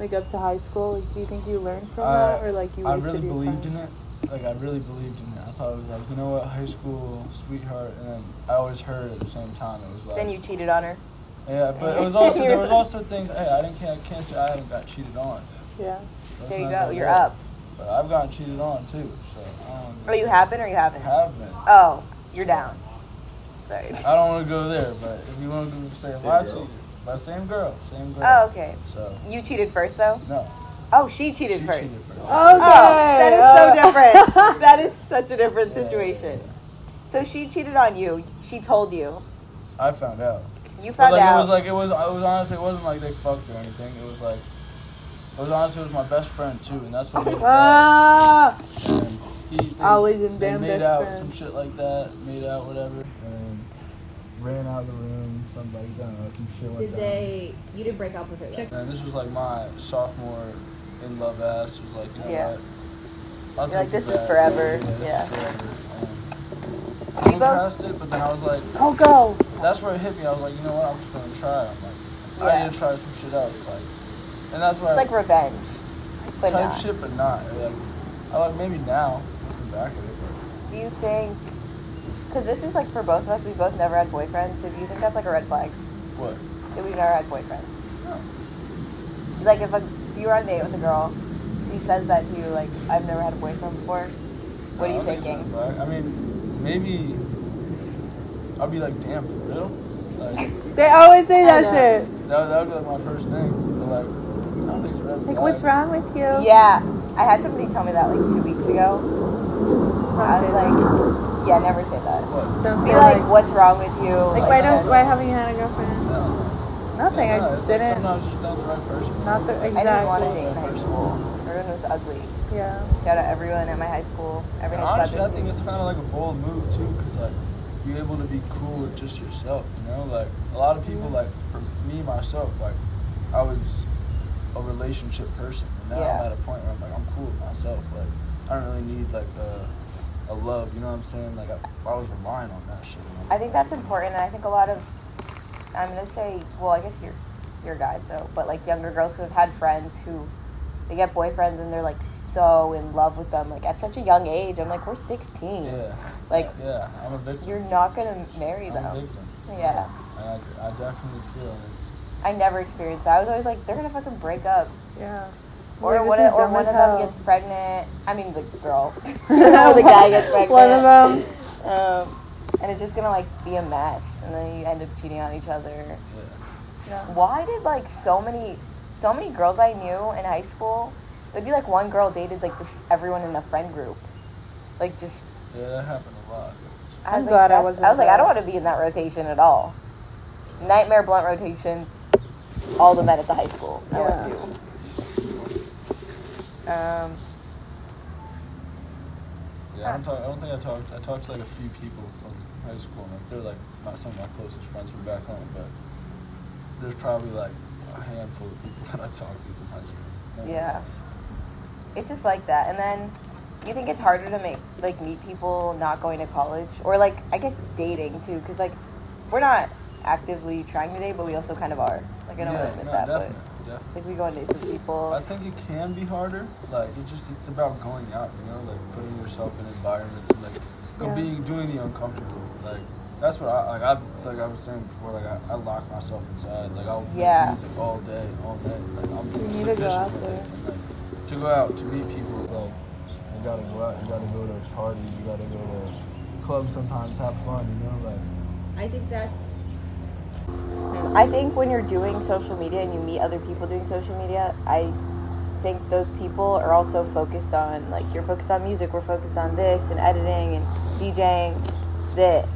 Speaker 1: Like up to high school, like, do you think you learned from
Speaker 3: Uh,
Speaker 1: that or like you
Speaker 3: I
Speaker 1: wasted
Speaker 3: really
Speaker 1: your
Speaker 3: believed
Speaker 1: time?
Speaker 3: in it.
Speaker 8: like I really believed in it. I thought it was like you know what high school sweetheart, and then I always heard at the same time it was like
Speaker 2: Then you cheated on her.
Speaker 8: yeah, but it was also there was also things hey I didn't can't, I can't say I haven't got cheated on.
Speaker 1: Yeah.
Speaker 8: That's
Speaker 2: There you
Speaker 8: not
Speaker 2: go.
Speaker 8: that
Speaker 2: You're
Speaker 8: bad.
Speaker 2: up.
Speaker 8: But I've gotten cheated on too, so I don't.
Speaker 2: Or you have been, or you haven't.
Speaker 8: Have been.
Speaker 2: Oh, you're down. Sorry.
Speaker 8: I don't want to go there, but if you want to go to the same,
Speaker 7: Same
Speaker 8: I
Speaker 7: girl.
Speaker 8: cheated. But same girl, same girl.
Speaker 2: Oh, okay.
Speaker 8: So
Speaker 2: You cheated first, though.
Speaker 8: no,
Speaker 2: Oh, she
Speaker 8: she
Speaker 2: cheated first.
Speaker 8: cheated first.
Speaker 1: Okay.
Speaker 2: Oh, that
Speaker 1: Oh.
Speaker 2: is so different. that is such a different situation. So she cheated on you. She told you.
Speaker 8: I found out.
Speaker 2: You
Speaker 8: But
Speaker 2: found
Speaker 8: like
Speaker 2: out.
Speaker 8: it was like it was it was honestly it wasn't like they fucked or anything. It was like it was honestly it was my best friend too, and that's what made it bad.
Speaker 1: Ah,
Speaker 8: And he, they,
Speaker 1: always in
Speaker 8: they
Speaker 1: damn
Speaker 8: made
Speaker 1: best
Speaker 8: out
Speaker 1: friend.
Speaker 8: some shit like that, made out whatever, and ran out of the room. Somebody I don't know some shit went down.
Speaker 6: You didn't break up with her.
Speaker 8: And this was like my sophomore in love ass was like, you know
Speaker 2: Yeah.
Speaker 8: what? I'll
Speaker 2: You're like,
Speaker 8: take
Speaker 2: this
Speaker 8: you
Speaker 2: is
Speaker 8: back.
Speaker 2: forever.
Speaker 8: this is
Speaker 2: Yeah.
Speaker 8: forever. And I
Speaker 2: We
Speaker 8: went
Speaker 2: both-
Speaker 8: past it, but then I was like,
Speaker 1: don't go.
Speaker 8: that's where it hit me. I was like, you know what? I'm just gonna try. I'm like,
Speaker 2: Yeah.
Speaker 8: I need to try some shit else. Like, and that's where
Speaker 2: It's like
Speaker 8: I
Speaker 2: revenge, but
Speaker 8: type
Speaker 2: not.
Speaker 8: shit, but not. Or, Like, I like maybe now looking back at it.
Speaker 2: Do you think? Because this is like for both of us. We both never had boyfriends. So do you think that's like a red flag
Speaker 8: But what?
Speaker 2: that we've never had boyfriends? Like if, a, if you were on a date with a girl, she says that to you, like I've never had a boyfriend before. What are
Speaker 8: I
Speaker 2: you
Speaker 8: don't think
Speaker 2: thinking?
Speaker 8: so, but I I mean, maybe I'll be like, damn, for real? Like,
Speaker 1: They always say that shit.
Speaker 8: that, that would be like my first thing. But like, I don't think it's a red
Speaker 1: Like,
Speaker 8: flag.
Speaker 1: what's wrong with you?
Speaker 2: Yeah, I had somebody tell me that like two weeks ago. I was like, yeah, never say that.
Speaker 8: What?
Speaker 1: Don't
Speaker 2: Be
Speaker 1: feel
Speaker 2: like, what's wrong with you?
Speaker 1: Like, why
Speaker 2: that.
Speaker 1: don't, why haven't you had a girlfriend?
Speaker 8: I don't know.
Speaker 1: Nothing.
Speaker 8: Yeah,
Speaker 1: I
Speaker 8: no,
Speaker 1: just
Speaker 8: it's like
Speaker 1: didn't.
Speaker 8: Sometimes you're just not the right person.
Speaker 1: Not the
Speaker 2: I didn't want
Speaker 1: exact.
Speaker 2: to date in high school. Everyone was ugly.
Speaker 1: Yeah.
Speaker 2: Shout out everyone at my high school.
Speaker 8: And
Speaker 2: Everyone
Speaker 8: honestly, I
Speaker 2: was
Speaker 8: think it's kind of like a bold move too, because like you're able to be cool with just yourself. You know, like a lot of people, like for me myself, like I was a relationship person, and now
Speaker 2: Yeah.
Speaker 8: I'm at a point where I'm like I'm cool with myself. Like I don't really need like a, a love. You know what I'm saying? Like I, I was relying on that shit. you know?
Speaker 2: I think that's important, and I think a lot of, I'm gonna say, well, I guess you're, you're a guy, so, but like younger girls who have had friends who, they get boyfriends and they're like so in love with them, like at such a young age. I'm like, we're 16.
Speaker 8: Yeah.
Speaker 2: Like,
Speaker 8: Yeah, I'm a victim.
Speaker 2: you're not gonna marry
Speaker 8: I'm a
Speaker 2: them.
Speaker 8: victim.
Speaker 2: Yeah.
Speaker 8: And I, I definitely feel it's.
Speaker 2: I never experienced that. I was always like, they're gonna fucking break up,
Speaker 1: Yeah.
Speaker 2: or
Speaker 1: Like,
Speaker 2: one,
Speaker 1: this
Speaker 2: of,
Speaker 1: is
Speaker 2: or
Speaker 1: dumb
Speaker 2: one
Speaker 1: as
Speaker 2: of them
Speaker 1: hell.
Speaker 2: gets pregnant. I mean, the girl, or the guy gets pregnant.
Speaker 1: One of them.
Speaker 2: Um, and it's just gonna like be a mess, and then you end up cheating on each other.
Speaker 1: Yeah.
Speaker 2: Why did like so many, so many girls I knew in high school? It'd be like one girl dated like this everyone in a friend group, like just.
Speaker 8: Yeah, that happened a lot.
Speaker 2: I
Speaker 1: I'm
Speaker 2: was
Speaker 1: glad I
Speaker 2: like, that's-
Speaker 1: wasn't
Speaker 2: I was like, I don't
Speaker 1: there.
Speaker 2: want to be in that rotation at all. Nightmare blunt rotation. All the men at the high school. I went to. Um,
Speaker 8: Yeah, I don't, talk, I don't think I talked. I talked to like a few people from high school, and like, they're like not some of my closest friends from back home, but there's probably like a handful of people that I talked to from high school.
Speaker 2: Yeah. it's just like that. And then you think it's harder to make like meet people not going to college or like I guess dating too because like we're not actively trying to date, but we also kind of are. Like I don't want to admit
Speaker 8: no,
Speaker 2: that,
Speaker 8: definitely, definitely.
Speaker 2: but like we go on dates with people.
Speaker 8: I think it can be harder. Like it just it's about going out, you know, like putting yourself in environments and like go
Speaker 1: Yeah.
Speaker 8: being doing the uncomfortable. Like that's what I like. I like I was saying before. Like I, I lock myself inside. Like I'll
Speaker 2: Yeah.
Speaker 8: make music all day, all night. Like I'm
Speaker 1: You need to
Speaker 8: sufficient
Speaker 1: go out
Speaker 8: with
Speaker 1: there.
Speaker 8: it. And, like, to go out to meet people. Like you gotta go out. You gotta go to parties. You gotta go to clubs sometimes. Have fun. You know, like
Speaker 6: I think that's
Speaker 2: I think when you're doing social media and you meet other people doing social media, I think those people are also focused on like you're focused on music, we're focused on this and editing and DJing that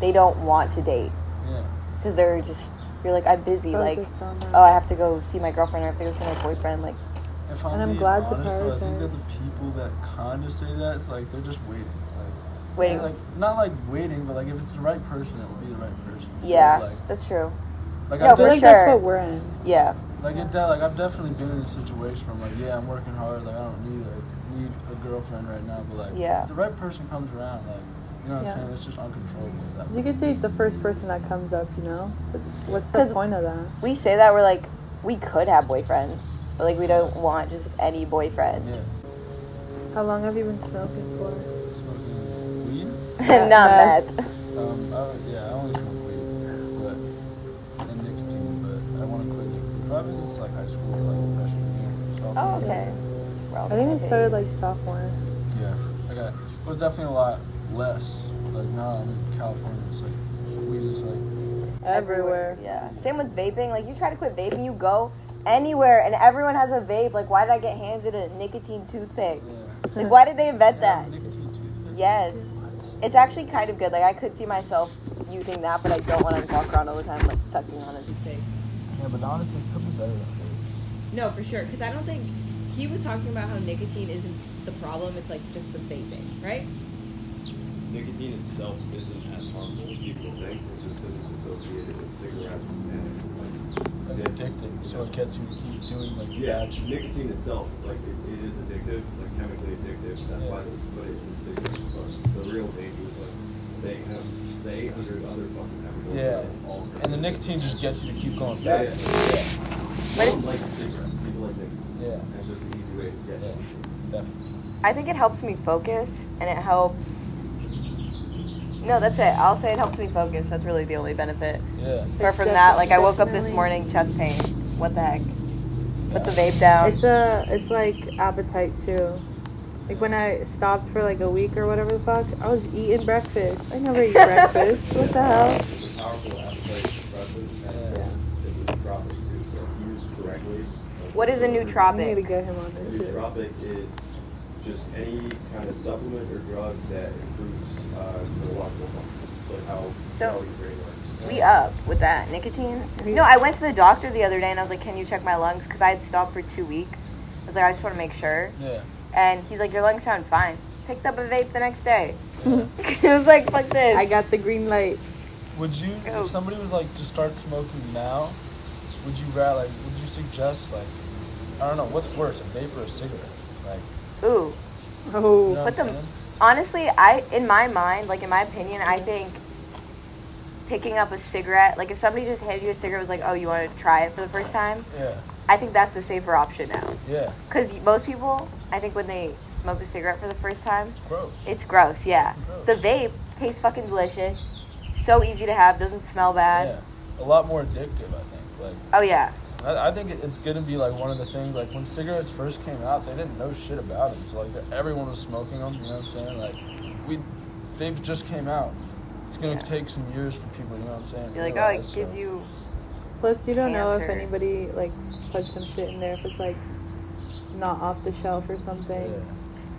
Speaker 2: they don't want to date
Speaker 8: yeah.
Speaker 2: because they're just you're like I'm busy like
Speaker 1: Focused on that.
Speaker 2: oh I have to go see my girlfriend or I have to go see my boyfriend like
Speaker 8: If I'm
Speaker 1: And I'm
Speaker 8: being
Speaker 1: glad to
Speaker 8: honest, though, I think
Speaker 1: prioritize.
Speaker 8: that the people that kind of say that, it's like they're just waiting. Like.
Speaker 2: waiting
Speaker 8: Like not like waiting, but like if it's the right person, it will be the right person.
Speaker 2: yeah
Speaker 8: Like,
Speaker 2: that's true
Speaker 8: like,
Speaker 2: No,
Speaker 1: I feel
Speaker 8: I've
Speaker 2: for
Speaker 1: like
Speaker 8: def-
Speaker 1: that's
Speaker 2: sure.
Speaker 1: what we're in.
Speaker 2: yeah
Speaker 8: like, it de- like I've definitely been in a situation where I'm like, yeah, I'm working hard. Like I don't need a, need a girlfriend right now, but like
Speaker 2: Yeah.
Speaker 8: if the right person comes around, like you know what
Speaker 1: Yeah.
Speaker 8: I'm saying? It's just uncontrollable. at That
Speaker 1: You could date the first person that comes up, you know? But what's
Speaker 2: Because-
Speaker 1: the point of that?
Speaker 2: we say that we're like we could have boyfriends but like we don't want just any boyfriend
Speaker 8: Yeah.
Speaker 1: How long have you been smoking for?
Speaker 8: Smoking weed?
Speaker 2: Not meth.
Speaker 8: Um, I, yeah, I only smoke weed, but and nicotine, but I want to quit nicotine. Probably since like high school, like freshman year. sophomore
Speaker 2: Oh,
Speaker 8: year.
Speaker 2: okay. We're all
Speaker 1: I think
Speaker 2: okay.
Speaker 1: it started like sophomore.
Speaker 8: Yeah, like I, it was definitely a lot less. Like now I'm in California, it's like weed is like
Speaker 1: Everywhere.
Speaker 2: Yeah. Same with vaping. Like you try to quit vaping, you go anywhere and everyone has a vape. Like why did I get handed a nicotine toothpick?
Speaker 8: yeah.
Speaker 2: Like why did they invent
Speaker 8: Yeah,
Speaker 2: that?
Speaker 8: Nicotine toothpicks.
Speaker 2: Yes.
Speaker 8: What?
Speaker 2: It's actually kind of good. Like I could see myself using that, but I don't want to walk around all the time like sucking on a toothpick.
Speaker 8: Yeah, but honestly, it could be better than vape.
Speaker 9: No, for sure. Because I don't think he was talking about how nicotine isn't the problem. It's like just the vaping, right?
Speaker 7: Nicotine itself isn't as harmful as people think. It's just that it's associated with cigarettes and like,
Speaker 8: Like
Speaker 7: Yeah.
Speaker 8: addicting, so it gets you to keep doing like
Speaker 7: yeah,
Speaker 8: bad shit.
Speaker 7: nicotine itself like it, it is addictive, like chemically addictive. That's why they put it in cigarettes. But the real danger is like they have the 800 other fucking chemicals.
Speaker 8: Yeah,
Speaker 7: that all
Speaker 8: and the nicotine just gets you to keep going
Speaker 7: Yeah, yeah.
Speaker 8: back. Yeah,
Speaker 7: People don't like cigarettes. People like nicotine.
Speaker 8: yeah,
Speaker 7: And It's just an easy way to get
Speaker 8: Yeah.
Speaker 7: nicotine.
Speaker 8: definitely.
Speaker 2: I think it helps me focus and it helps No, that's it. I'll say it helps me focus. That's really the only benefit.
Speaker 8: Yeah.
Speaker 2: Apart from that, like I woke up this
Speaker 1: Definitely.
Speaker 2: morning chest pain. What the heck? Put the vape down.
Speaker 1: It's a, it's like appetite too. Like when I stopped for like a week or whatever the fuck, I was eating breakfast. I never eat breakfast. What the hell?
Speaker 7: It's a powerful appetite suppressant and
Speaker 8: Yeah.
Speaker 7: it's a property too, so if used correctly. like-
Speaker 2: What is a
Speaker 1: I'm gonna
Speaker 2: nootropic?
Speaker 1: get him on
Speaker 7: A
Speaker 1: this. Too.
Speaker 7: nootropic is just any kind of supplement or drug that improves uh, neurological function, so how
Speaker 2: So-
Speaker 7: how your brain works.
Speaker 2: We up with that nicotine? No, I went to the doctor the other day and I was like, "Can you check my lungs?" Because I had stopped for two weeks. I was like, "I just want to make sure."
Speaker 8: Yeah.
Speaker 2: And he's like, "Your lungs sound fine." Picked up a vape the next day. it was like, "Fuck this."
Speaker 1: I got the green light.
Speaker 8: Would you,
Speaker 2: Go.
Speaker 8: if somebody was like to start smoking now, would you rather, like, would you suggest, like, I don't know, what's worse, a vape or a cigarette? Like,
Speaker 2: Ooh.
Speaker 8: you
Speaker 1: Oh,
Speaker 8: know
Speaker 2: Put
Speaker 8: what I'm
Speaker 2: them-
Speaker 8: saying?
Speaker 2: Honestly, I in my mind, like in my opinion, I think picking up a cigarette, like if somebody just handed you a cigarette, was like, "Oh, you want to try it for the first time?"
Speaker 8: Yeah,
Speaker 2: I think that's the safer option now.
Speaker 8: yeah,
Speaker 2: Because most people, I think when they smoke a cigarette for the first time,
Speaker 8: gross.
Speaker 2: It's gross, yeah. The
Speaker 8: Gross.
Speaker 2: vape tastes fucking delicious. So easy to have, doesn't smell
Speaker 8: yeah,
Speaker 2: bad.
Speaker 8: a lot more addictive, I think. Like,
Speaker 2: Oh yeah.
Speaker 8: I, I think it- it's gonna be like one of the things. Like when cigarettes first came out, they didn't know shit about them. So like they're- everyone was smoking them. You know what I'm saying? Like we vapes just came out. It's gonna
Speaker 2: Yeah.
Speaker 8: take some years for people. You know what I'm saying? to
Speaker 2: You're like, oh, it
Speaker 8: realize,
Speaker 2: gives
Speaker 8: so-
Speaker 2: you.
Speaker 1: Plus, you don't know if
Speaker 2: Cancer.
Speaker 1: anybody like puts some shit in there if it's like not off the shelf or something.
Speaker 8: Yeah.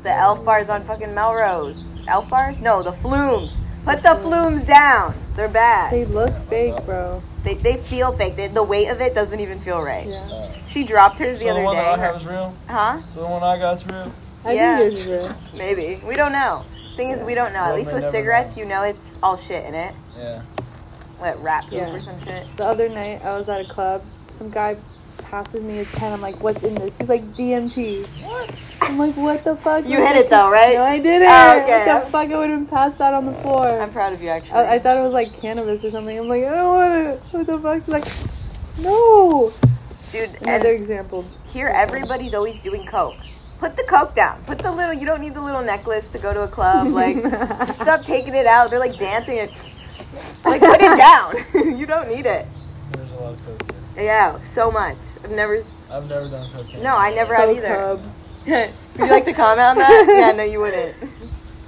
Speaker 2: The elf bars on fucking Melrose. Elf bars? No, the flumes. Put the flumes down. They're bad.
Speaker 1: They look
Speaker 8: Yeah,
Speaker 1: fake,
Speaker 8: like that.
Speaker 1: bro.
Speaker 2: They, they feel fake. They, the weight of it doesn't even feel right.
Speaker 1: Yeah.
Speaker 8: Uh,
Speaker 2: She dropped hers the
Speaker 8: so the
Speaker 2: other
Speaker 8: one
Speaker 2: day.
Speaker 8: that I have is real.
Speaker 2: huh?
Speaker 8: So the one I got's real.
Speaker 1: I
Speaker 2: Yeah.
Speaker 1: think it's real.
Speaker 2: Maybe. We don't know. Thing is, we don't know. At
Speaker 8: Well,
Speaker 2: least
Speaker 8: they
Speaker 2: with
Speaker 8: never
Speaker 2: cigarettes,
Speaker 8: know.
Speaker 2: you know it's all shit in it.
Speaker 8: Yeah.
Speaker 2: What, rat poop
Speaker 1: Yeah.
Speaker 2: or some shit?
Speaker 1: The other night, I was at a club. Some guy passes me his pen. I'm like, what's in this? He's like, DMT. What? I'm like, what the fuck?
Speaker 2: You hit it though, right?
Speaker 1: No, I didn't.
Speaker 2: Oh, okay.
Speaker 1: What the fuck? I would have been passed out on the
Speaker 2: I'm
Speaker 1: floor.
Speaker 2: proud of you, actually.
Speaker 1: Oh, I, I thought it was like cannabis or something. I'm like, I don't want it. What the fuck? He's like, no.
Speaker 2: Dude, and-
Speaker 1: Another example.
Speaker 2: Here, everybody's always doing coke. Put the coke down. Put the little. You don't need the little necklace to go to a club. Like, stop taking it out. They're like dancing it. Like, put it down. you don't need it.
Speaker 8: There's a lot of cocaine.
Speaker 2: Yeah, so much. I've never.
Speaker 8: I've never done cocaine.
Speaker 2: No, I never have
Speaker 1: Go
Speaker 2: either.
Speaker 1: Cub.
Speaker 2: Would you like to comment on that? Yeah, no, you wouldn't.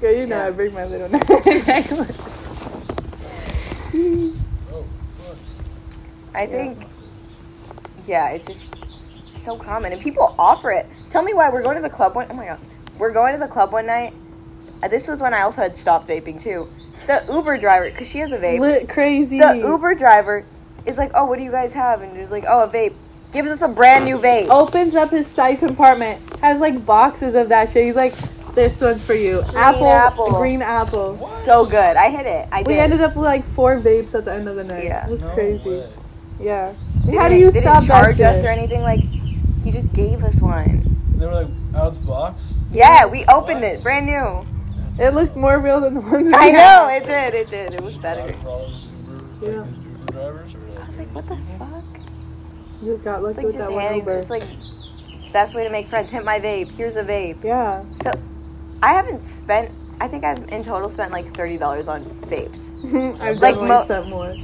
Speaker 1: Girl, you know I bring my little necklace.
Speaker 8: Oh, fuck.
Speaker 2: I think. Yeah, it's just so common, and people offer it. Tell me why we're going to the club one. Oh my god, we're going to the club one night. Uh, This was when I also had stopped vaping too. The Uber driver, cause she has a vape.
Speaker 1: Lit crazy.
Speaker 2: the Uber driver is like, "Oh, what do you guys have?" And he's like, "Oh, a vape." Gives us a brand new vape.
Speaker 1: opens up his side compartment, has like boxes of that shit. He's like, this one's for you. apple,
Speaker 2: apple.
Speaker 1: green apple.
Speaker 2: so good. I hit it. I did.
Speaker 1: We ended up with like four vapes at the end of the night.
Speaker 2: Yeah.
Speaker 1: It was
Speaker 8: No
Speaker 1: crazy.
Speaker 8: way.
Speaker 1: Yeah.
Speaker 2: They
Speaker 1: How do
Speaker 2: didn't-
Speaker 1: you
Speaker 2: they
Speaker 1: stop
Speaker 2: didn't charge us
Speaker 1: that shit?
Speaker 2: or anything. Like, he just gave us one.
Speaker 8: And they were like out of the box.
Speaker 2: Yeah, we opened
Speaker 8: What?
Speaker 2: it, brand new.
Speaker 8: That's
Speaker 1: It looked more real than the ones we
Speaker 2: I
Speaker 1: had.
Speaker 2: know it did. It did. It was
Speaker 8: Out
Speaker 2: better.
Speaker 8: of all these Uber,
Speaker 1: Yeah.
Speaker 8: like, these Uber drivers or
Speaker 2: I
Speaker 8: like.
Speaker 2: was like, "What the fuck?"
Speaker 1: You just got
Speaker 2: It's
Speaker 1: lucky
Speaker 2: like
Speaker 1: with that
Speaker 2: just
Speaker 1: one
Speaker 2: handing.
Speaker 1: Uber.
Speaker 2: It's like best way to make friends. Hit my vape. Here's a vape.
Speaker 1: yeah.
Speaker 2: So I haven't spent. I think I've in total spent like thirty dollars on vapes.
Speaker 1: I've
Speaker 2: Like
Speaker 1: definitely
Speaker 2: mo-
Speaker 1: spent more.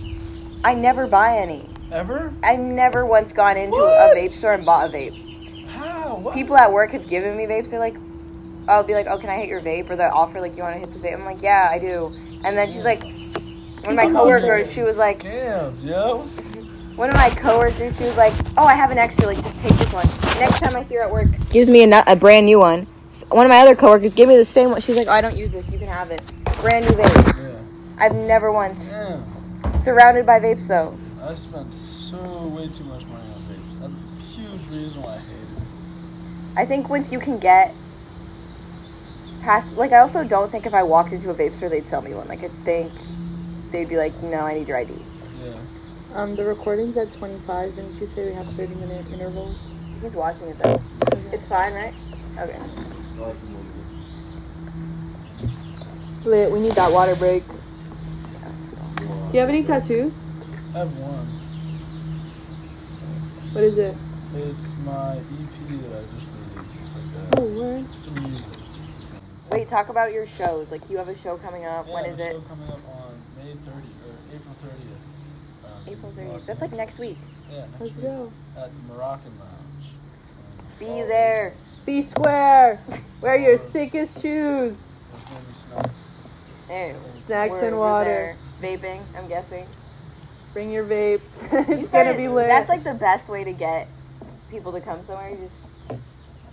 Speaker 2: I never buy any.
Speaker 8: Ever?
Speaker 2: I've never once gone into
Speaker 8: What?
Speaker 2: a vape store and bought a vape.
Speaker 8: How? What?
Speaker 2: People at work have given me vapes. They're like, I'll be like, oh, can I hit your vape? Or they'll offer like, you want to hit the vape? I'm like, yeah, I do. And then she's like, one of my coworkers, she was like,
Speaker 8: Scam, yo.
Speaker 2: one of my coworkers, she was like, oh, I have an extra. Like, just take this one. Next time I see her at work, gives me a, nu- a brand new one. S- One of my other coworkers gave me the same one. She's like, oh, I don't use this. You can have it. Brand new vape.
Speaker 8: Yeah.
Speaker 2: I've never once.
Speaker 8: Damn.
Speaker 2: Surrounded by vapes though.
Speaker 8: I spent so way too much money on vapes. That's a huge reason why I hate
Speaker 2: I think once you can get past, like, I also don't think if I walked into a vape store they'd sell me one. Like, I think they'd be like, no, I need your ID.
Speaker 8: it. Yeah.
Speaker 1: Um, the recording's at 25. Didn't you say we have 30 minute intervals?
Speaker 2: He's watching it though. It's fine, right? Okay.
Speaker 7: like when-
Speaker 1: Lit, we need that water break. Do you have any tattoos?
Speaker 8: I have one.
Speaker 1: What is it?
Speaker 8: It's my EP that I just released. It's like
Speaker 2: Oh.
Speaker 8: that.
Speaker 1: word.
Speaker 8: It's a music.
Speaker 2: Wait, talk about your shows. Like, you have a show coming up.
Speaker 8: Yeah,
Speaker 2: when is
Speaker 8: the
Speaker 2: it?
Speaker 8: show coming up on May 30th or April 30th. Um,
Speaker 2: April
Speaker 8: in
Speaker 2: 30th.
Speaker 8: Los
Speaker 2: That's like
Speaker 8: Angeles.
Speaker 2: next week.
Speaker 8: Yeah, next
Speaker 1: Let's
Speaker 8: week
Speaker 1: go.
Speaker 8: at the Moroccan Lounge. Um, it's all
Speaker 2: Be there.
Speaker 1: Be square. Wear your sickest shoes.
Speaker 8: There's gonna be snacks.
Speaker 2: Ew.
Speaker 1: Snacks
Speaker 2: We're-
Speaker 1: and
Speaker 2: we're
Speaker 1: water.
Speaker 2: there. Vaping, I'm guessing.
Speaker 1: Bring your vapes.
Speaker 2: You
Speaker 1: it's gonna
Speaker 2: started-
Speaker 1: be lit.
Speaker 2: That's like the best way to get people to come somewhere. You just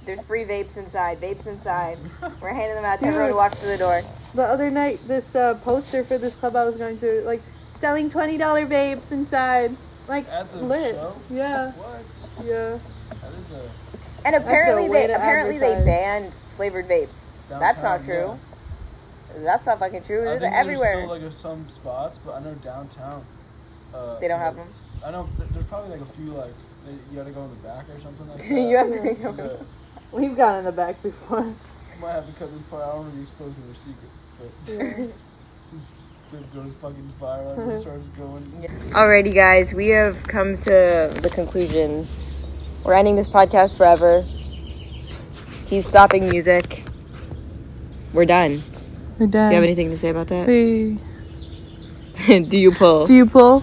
Speaker 2: there's free vapes inside. Vapes inside. We're handing them out to everyone who walks through the door.
Speaker 1: the other night, this uh, poster for this club I was going to, like, selling $20 vapes inside. Like,
Speaker 8: At the
Speaker 1: lit.
Speaker 8: show?
Speaker 2: Uh.
Speaker 1: Yeah,
Speaker 8: What?
Speaker 1: yeah.
Speaker 8: That is a
Speaker 2: And apparently
Speaker 1: way
Speaker 2: they
Speaker 1: to
Speaker 2: apparently they
Speaker 1: advertise.
Speaker 2: banned flavored vapes. That's not
Speaker 8: downtown,
Speaker 2: true.
Speaker 8: yeah.
Speaker 2: That's not fucking true.
Speaker 8: I
Speaker 2: There's
Speaker 8: think there's
Speaker 2: everywhere.
Speaker 8: still like a- some spots, but I know downtown. Uh,
Speaker 2: they don't have
Speaker 8: like-
Speaker 2: them.
Speaker 8: I know th- there's probably like a few like they, you gotta go in the back or something like that.
Speaker 2: you have to
Speaker 1: Yeah.
Speaker 2: make them.
Speaker 8: But
Speaker 1: We've gone in the back before.
Speaker 8: might have to cut this part. I don't want to be exposing their secrets, but
Speaker 1: Yeah.
Speaker 8: they've got his fucking fire alarm and starts going.
Speaker 2: Alrighty, guys, we have come to the conclusion. We're ending this podcast forever. He's stopping music. We're done.
Speaker 1: We're done.
Speaker 2: Do you have anything to say about that?
Speaker 1: anything?
Speaker 2: Do you pull?
Speaker 1: you pull?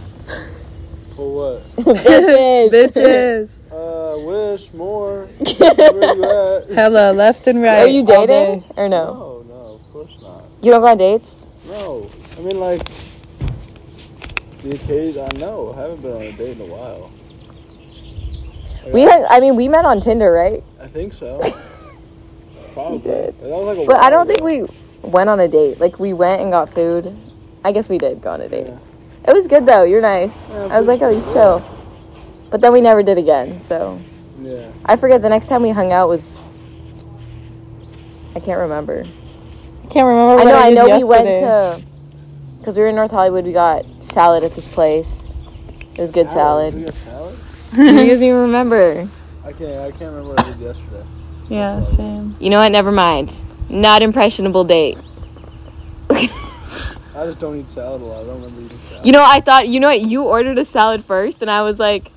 Speaker 3: Pull what?
Speaker 1: Bitches.
Speaker 3: Uh, wish more. Where you at?
Speaker 1: Hella left and right.
Speaker 2: Are you dating or no?
Speaker 3: No, no, of course not.
Speaker 2: You don't go on dates?
Speaker 3: No, I mean like the occasion. I know. I haven't been on a date in a while.
Speaker 8: Oh,
Speaker 2: We had, I mean, we met on Tinder, right?
Speaker 3: I think so. Probably. That was like a
Speaker 2: But I
Speaker 3: while
Speaker 2: don't think
Speaker 3: ago.
Speaker 2: we went on a date. Like we went and got food. I guess we did go on a date.
Speaker 3: Yeah.
Speaker 2: It was good though. You're nice.
Speaker 3: Yeah,
Speaker 2: I was like, oh, he's chill. But then we never did again. So
Speaker 3: Yeah.
Speaker 2: I forget the next time we hung out was. I can't remember.
Speaker 10: can't
Speaker 1: Oh,
Speaker 10: remember.
Speaker 2: I
Speaker 10: What
Speaker 2: know. I,
Speaker 10: did
Speaker 2: know
Speaker 10: yesterday.
Speaker 2: we went to. Because we were in North Hollywood, we got salad at this place. It was good
Speaker 3: Did we
Speaker 2: salad.
Speaker 3: get salad?
Speaker 2: you guys even remember?
Speaker 3: I can't. I can't remember what I did yesterday.
Speaker 10: Yeah, same.
Speaker 2: You know what? Never mind. Not impressionable date.
Speaker 3: I just don't eat salad a lot. I don't remember eating salad.
Speaker 2: You know, I thought, you know what, you ordered a salad first, and I was like,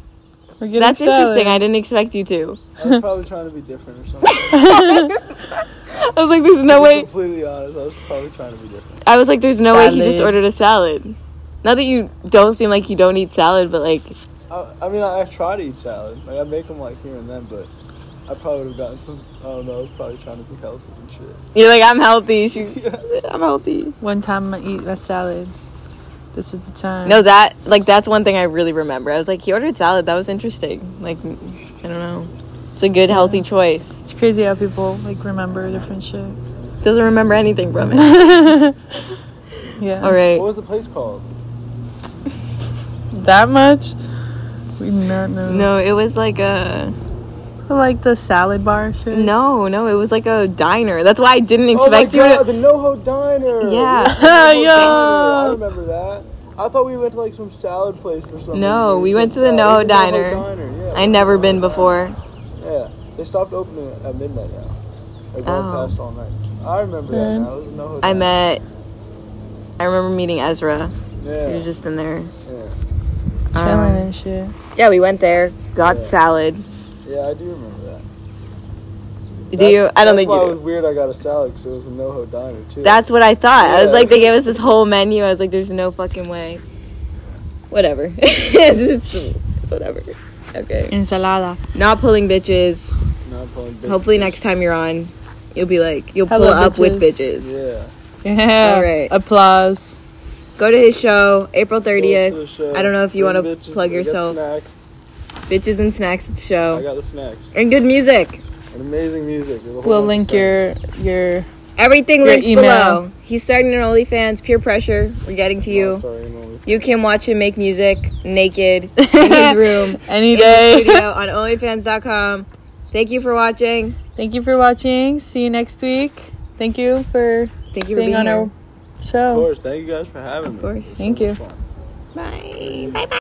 Speaker 10: We're getting
Speaker 2: that's
Speaker 10: salad.
Speaker 2: interesting. I didn't expect you to.
Speaker 3: I was probably trying to be different or something.
Speaker 2: I was like, there's no
Speaker 3: To be
Speaker 2: way.
Speaker 3: Completely honest, I was probably trying to be different.
Speaker 2: I was like, there's no way he just
Speaker 10: Salad.
Speaker 2: ordered a salad. Not that you don't seem like you don't eat salad, but like,
Speaker 3: I, I mean, I, I try to eat salad. Like I make them like here and then, but I probably would have gotten some. I don't know. I was probably trying to be healthy and shit.
Speaker 2: you're like, I'm healthy. She's, I'm healthy.
Speaker 10: One time I eat a salad. This is the time.
Speaker 2: No, that, like, that's one thing I really remember. I was like, he ordered salad. That was interesting. Like, I don't know. It's a good, healthy choice.
Speaker 10: It's crazy how people like remember different shit.
Speaker 2: Doesn't remember anything from it.
Speaker 10: Yeah.
Speaker 2: All right.
Speaker 3: What was the place called?
Speaker 10: That much? We not know.
Speaker 2: No, it was like a.
Speaker 10: Like the salad bar shit.
Speaker 2: No, no, it was like a diner. That's why I didn't
Speaker 3: Oh my
Speaker 2: expect you
Speaker 3: god,
Speaker 2: to.
Speaker 3: the NoHo Diner.
Speaker 2: Yeah.
Speaker 3: We went to
Speaker 10: Yo.
Speaker 3: the NoHo Diner. I remember that. I thought we went to like some salad place or something.
Speaker 2: No, we
Speaker 3: ate
Speaker 2: went
Speaker 3: some
Speaker 2: to the
Speaker 3: salad.
Speaker 2: NoHo
Speaker 3: It was the
Speaker 2: Diner.
Speaker 3: NoHo Diner, yeah.
Speaker 2: I never been before.
Speaker 3: Yeah, they stopped opening at midnight now. They're going
Speaker 2: Oh. Mm-hmm.
Speaker 3: past all night. I remember that now. It was a NoHo
Speaker 2: I
Speaker 3: Diner.
Speaker 2: met. I remember meeting Ezra. He
Speaker 3: Yeah.
Speaker 2: was just in there.
Speaker 3: yeah.
Speaker 10: Chilling
Speaker 2: Um,
Speaker 10: and shit.
Speaker 2: yeah, we went there, got
Speaker 3: Yeah.
Speaker 2: salad.
Speaker 3: Yeah, I do remember that.
Speaker 2: Do you? I don't
Speaker 3: that's
Speaker 2: think
Speaker 3: why
Speaker 2: you
Speaker 3: it
Speaker 2: do.
Speaker 3: was weird. I got a salad because it was a NoHo diner too.
Speaker 2: That's what I thought. I was
Speaker 3: Yeah.
Speaker 2: like, they gave us this whole menu. I was like, there's no fucking way. Whatever. it's, it's whatever. Okay.
Speaker 1: Ensalada.
Speaker 2: Not pulling bitches.
Speaker 3: Not pulling bitches.
Speaker 2: Hopefully next time you're on, you'll be like, you'll pull
Speaker 1: Hello,
Speaker 2: up with
Speaker 1: bitches.
Speaker 2: bitches.
Speaker 3: Yeah.
Speaker 1: Yeah.
Speaker 2: All right.
Speaker 1: Applause.
Speaker 2: Go to his show, April
Speaker 3: Go to the
Speaker 2: 30th.
Speaker 3: show.
Speaker 2: I don't know if you
Speaker 3: Bring
Speaker 2: wanna
Speaker 3: bitches,
Speaker 2: plug
Speaker 3: I got
Speaker 2: yourself. Oh.
Speaker 3: Snacks.
Speaker 2: Bitches and snacks at the
Speaker 3: I
Speaker 2: show.
Speaker 3: got the snacks.
Speaker 2: And good music.
Speaker 3: And amazing music. There's a whole bunch
Speaker 1: We'll
Speaker 3: of
Speaker 1: link
Speaker 3: stuff. Oh,
Speaker 1: your your
Speaker 2: Everything
Speaker 1: Your
Speaker 2: linked
Speaker 1: email.
Speaker 2: below. He's starting an OnlyFans. Peer pressure. We're getting to
Speaker 3: Oh,
Speaker 2: you.
Speaker 3: sorry, Emily.
Speaker 2: You can watch him make music naked in his room.
Speaker 1: any
Speaker 2: in the
Speaker 1: day.
Speaker 2: studio on OnlyFans.com. Thank you for watching.
Speaker 1: Thank you for watching. See you next week. Thank you for
Speaker 2: Thank you for
Speaker 1: being
Speaker 2: being
Speaker 1: on
Speaker 2: here.
Speaker 1: our
Speaker 3: Of
Speaker 1: show.
Speaker 2: Oh.
Speaker 3: course. Thank you guys for having me.
Speaker 2: Of course.
Speaker 1: Thank you.
Speaker 3: Fun.
Speaker 2: Bye.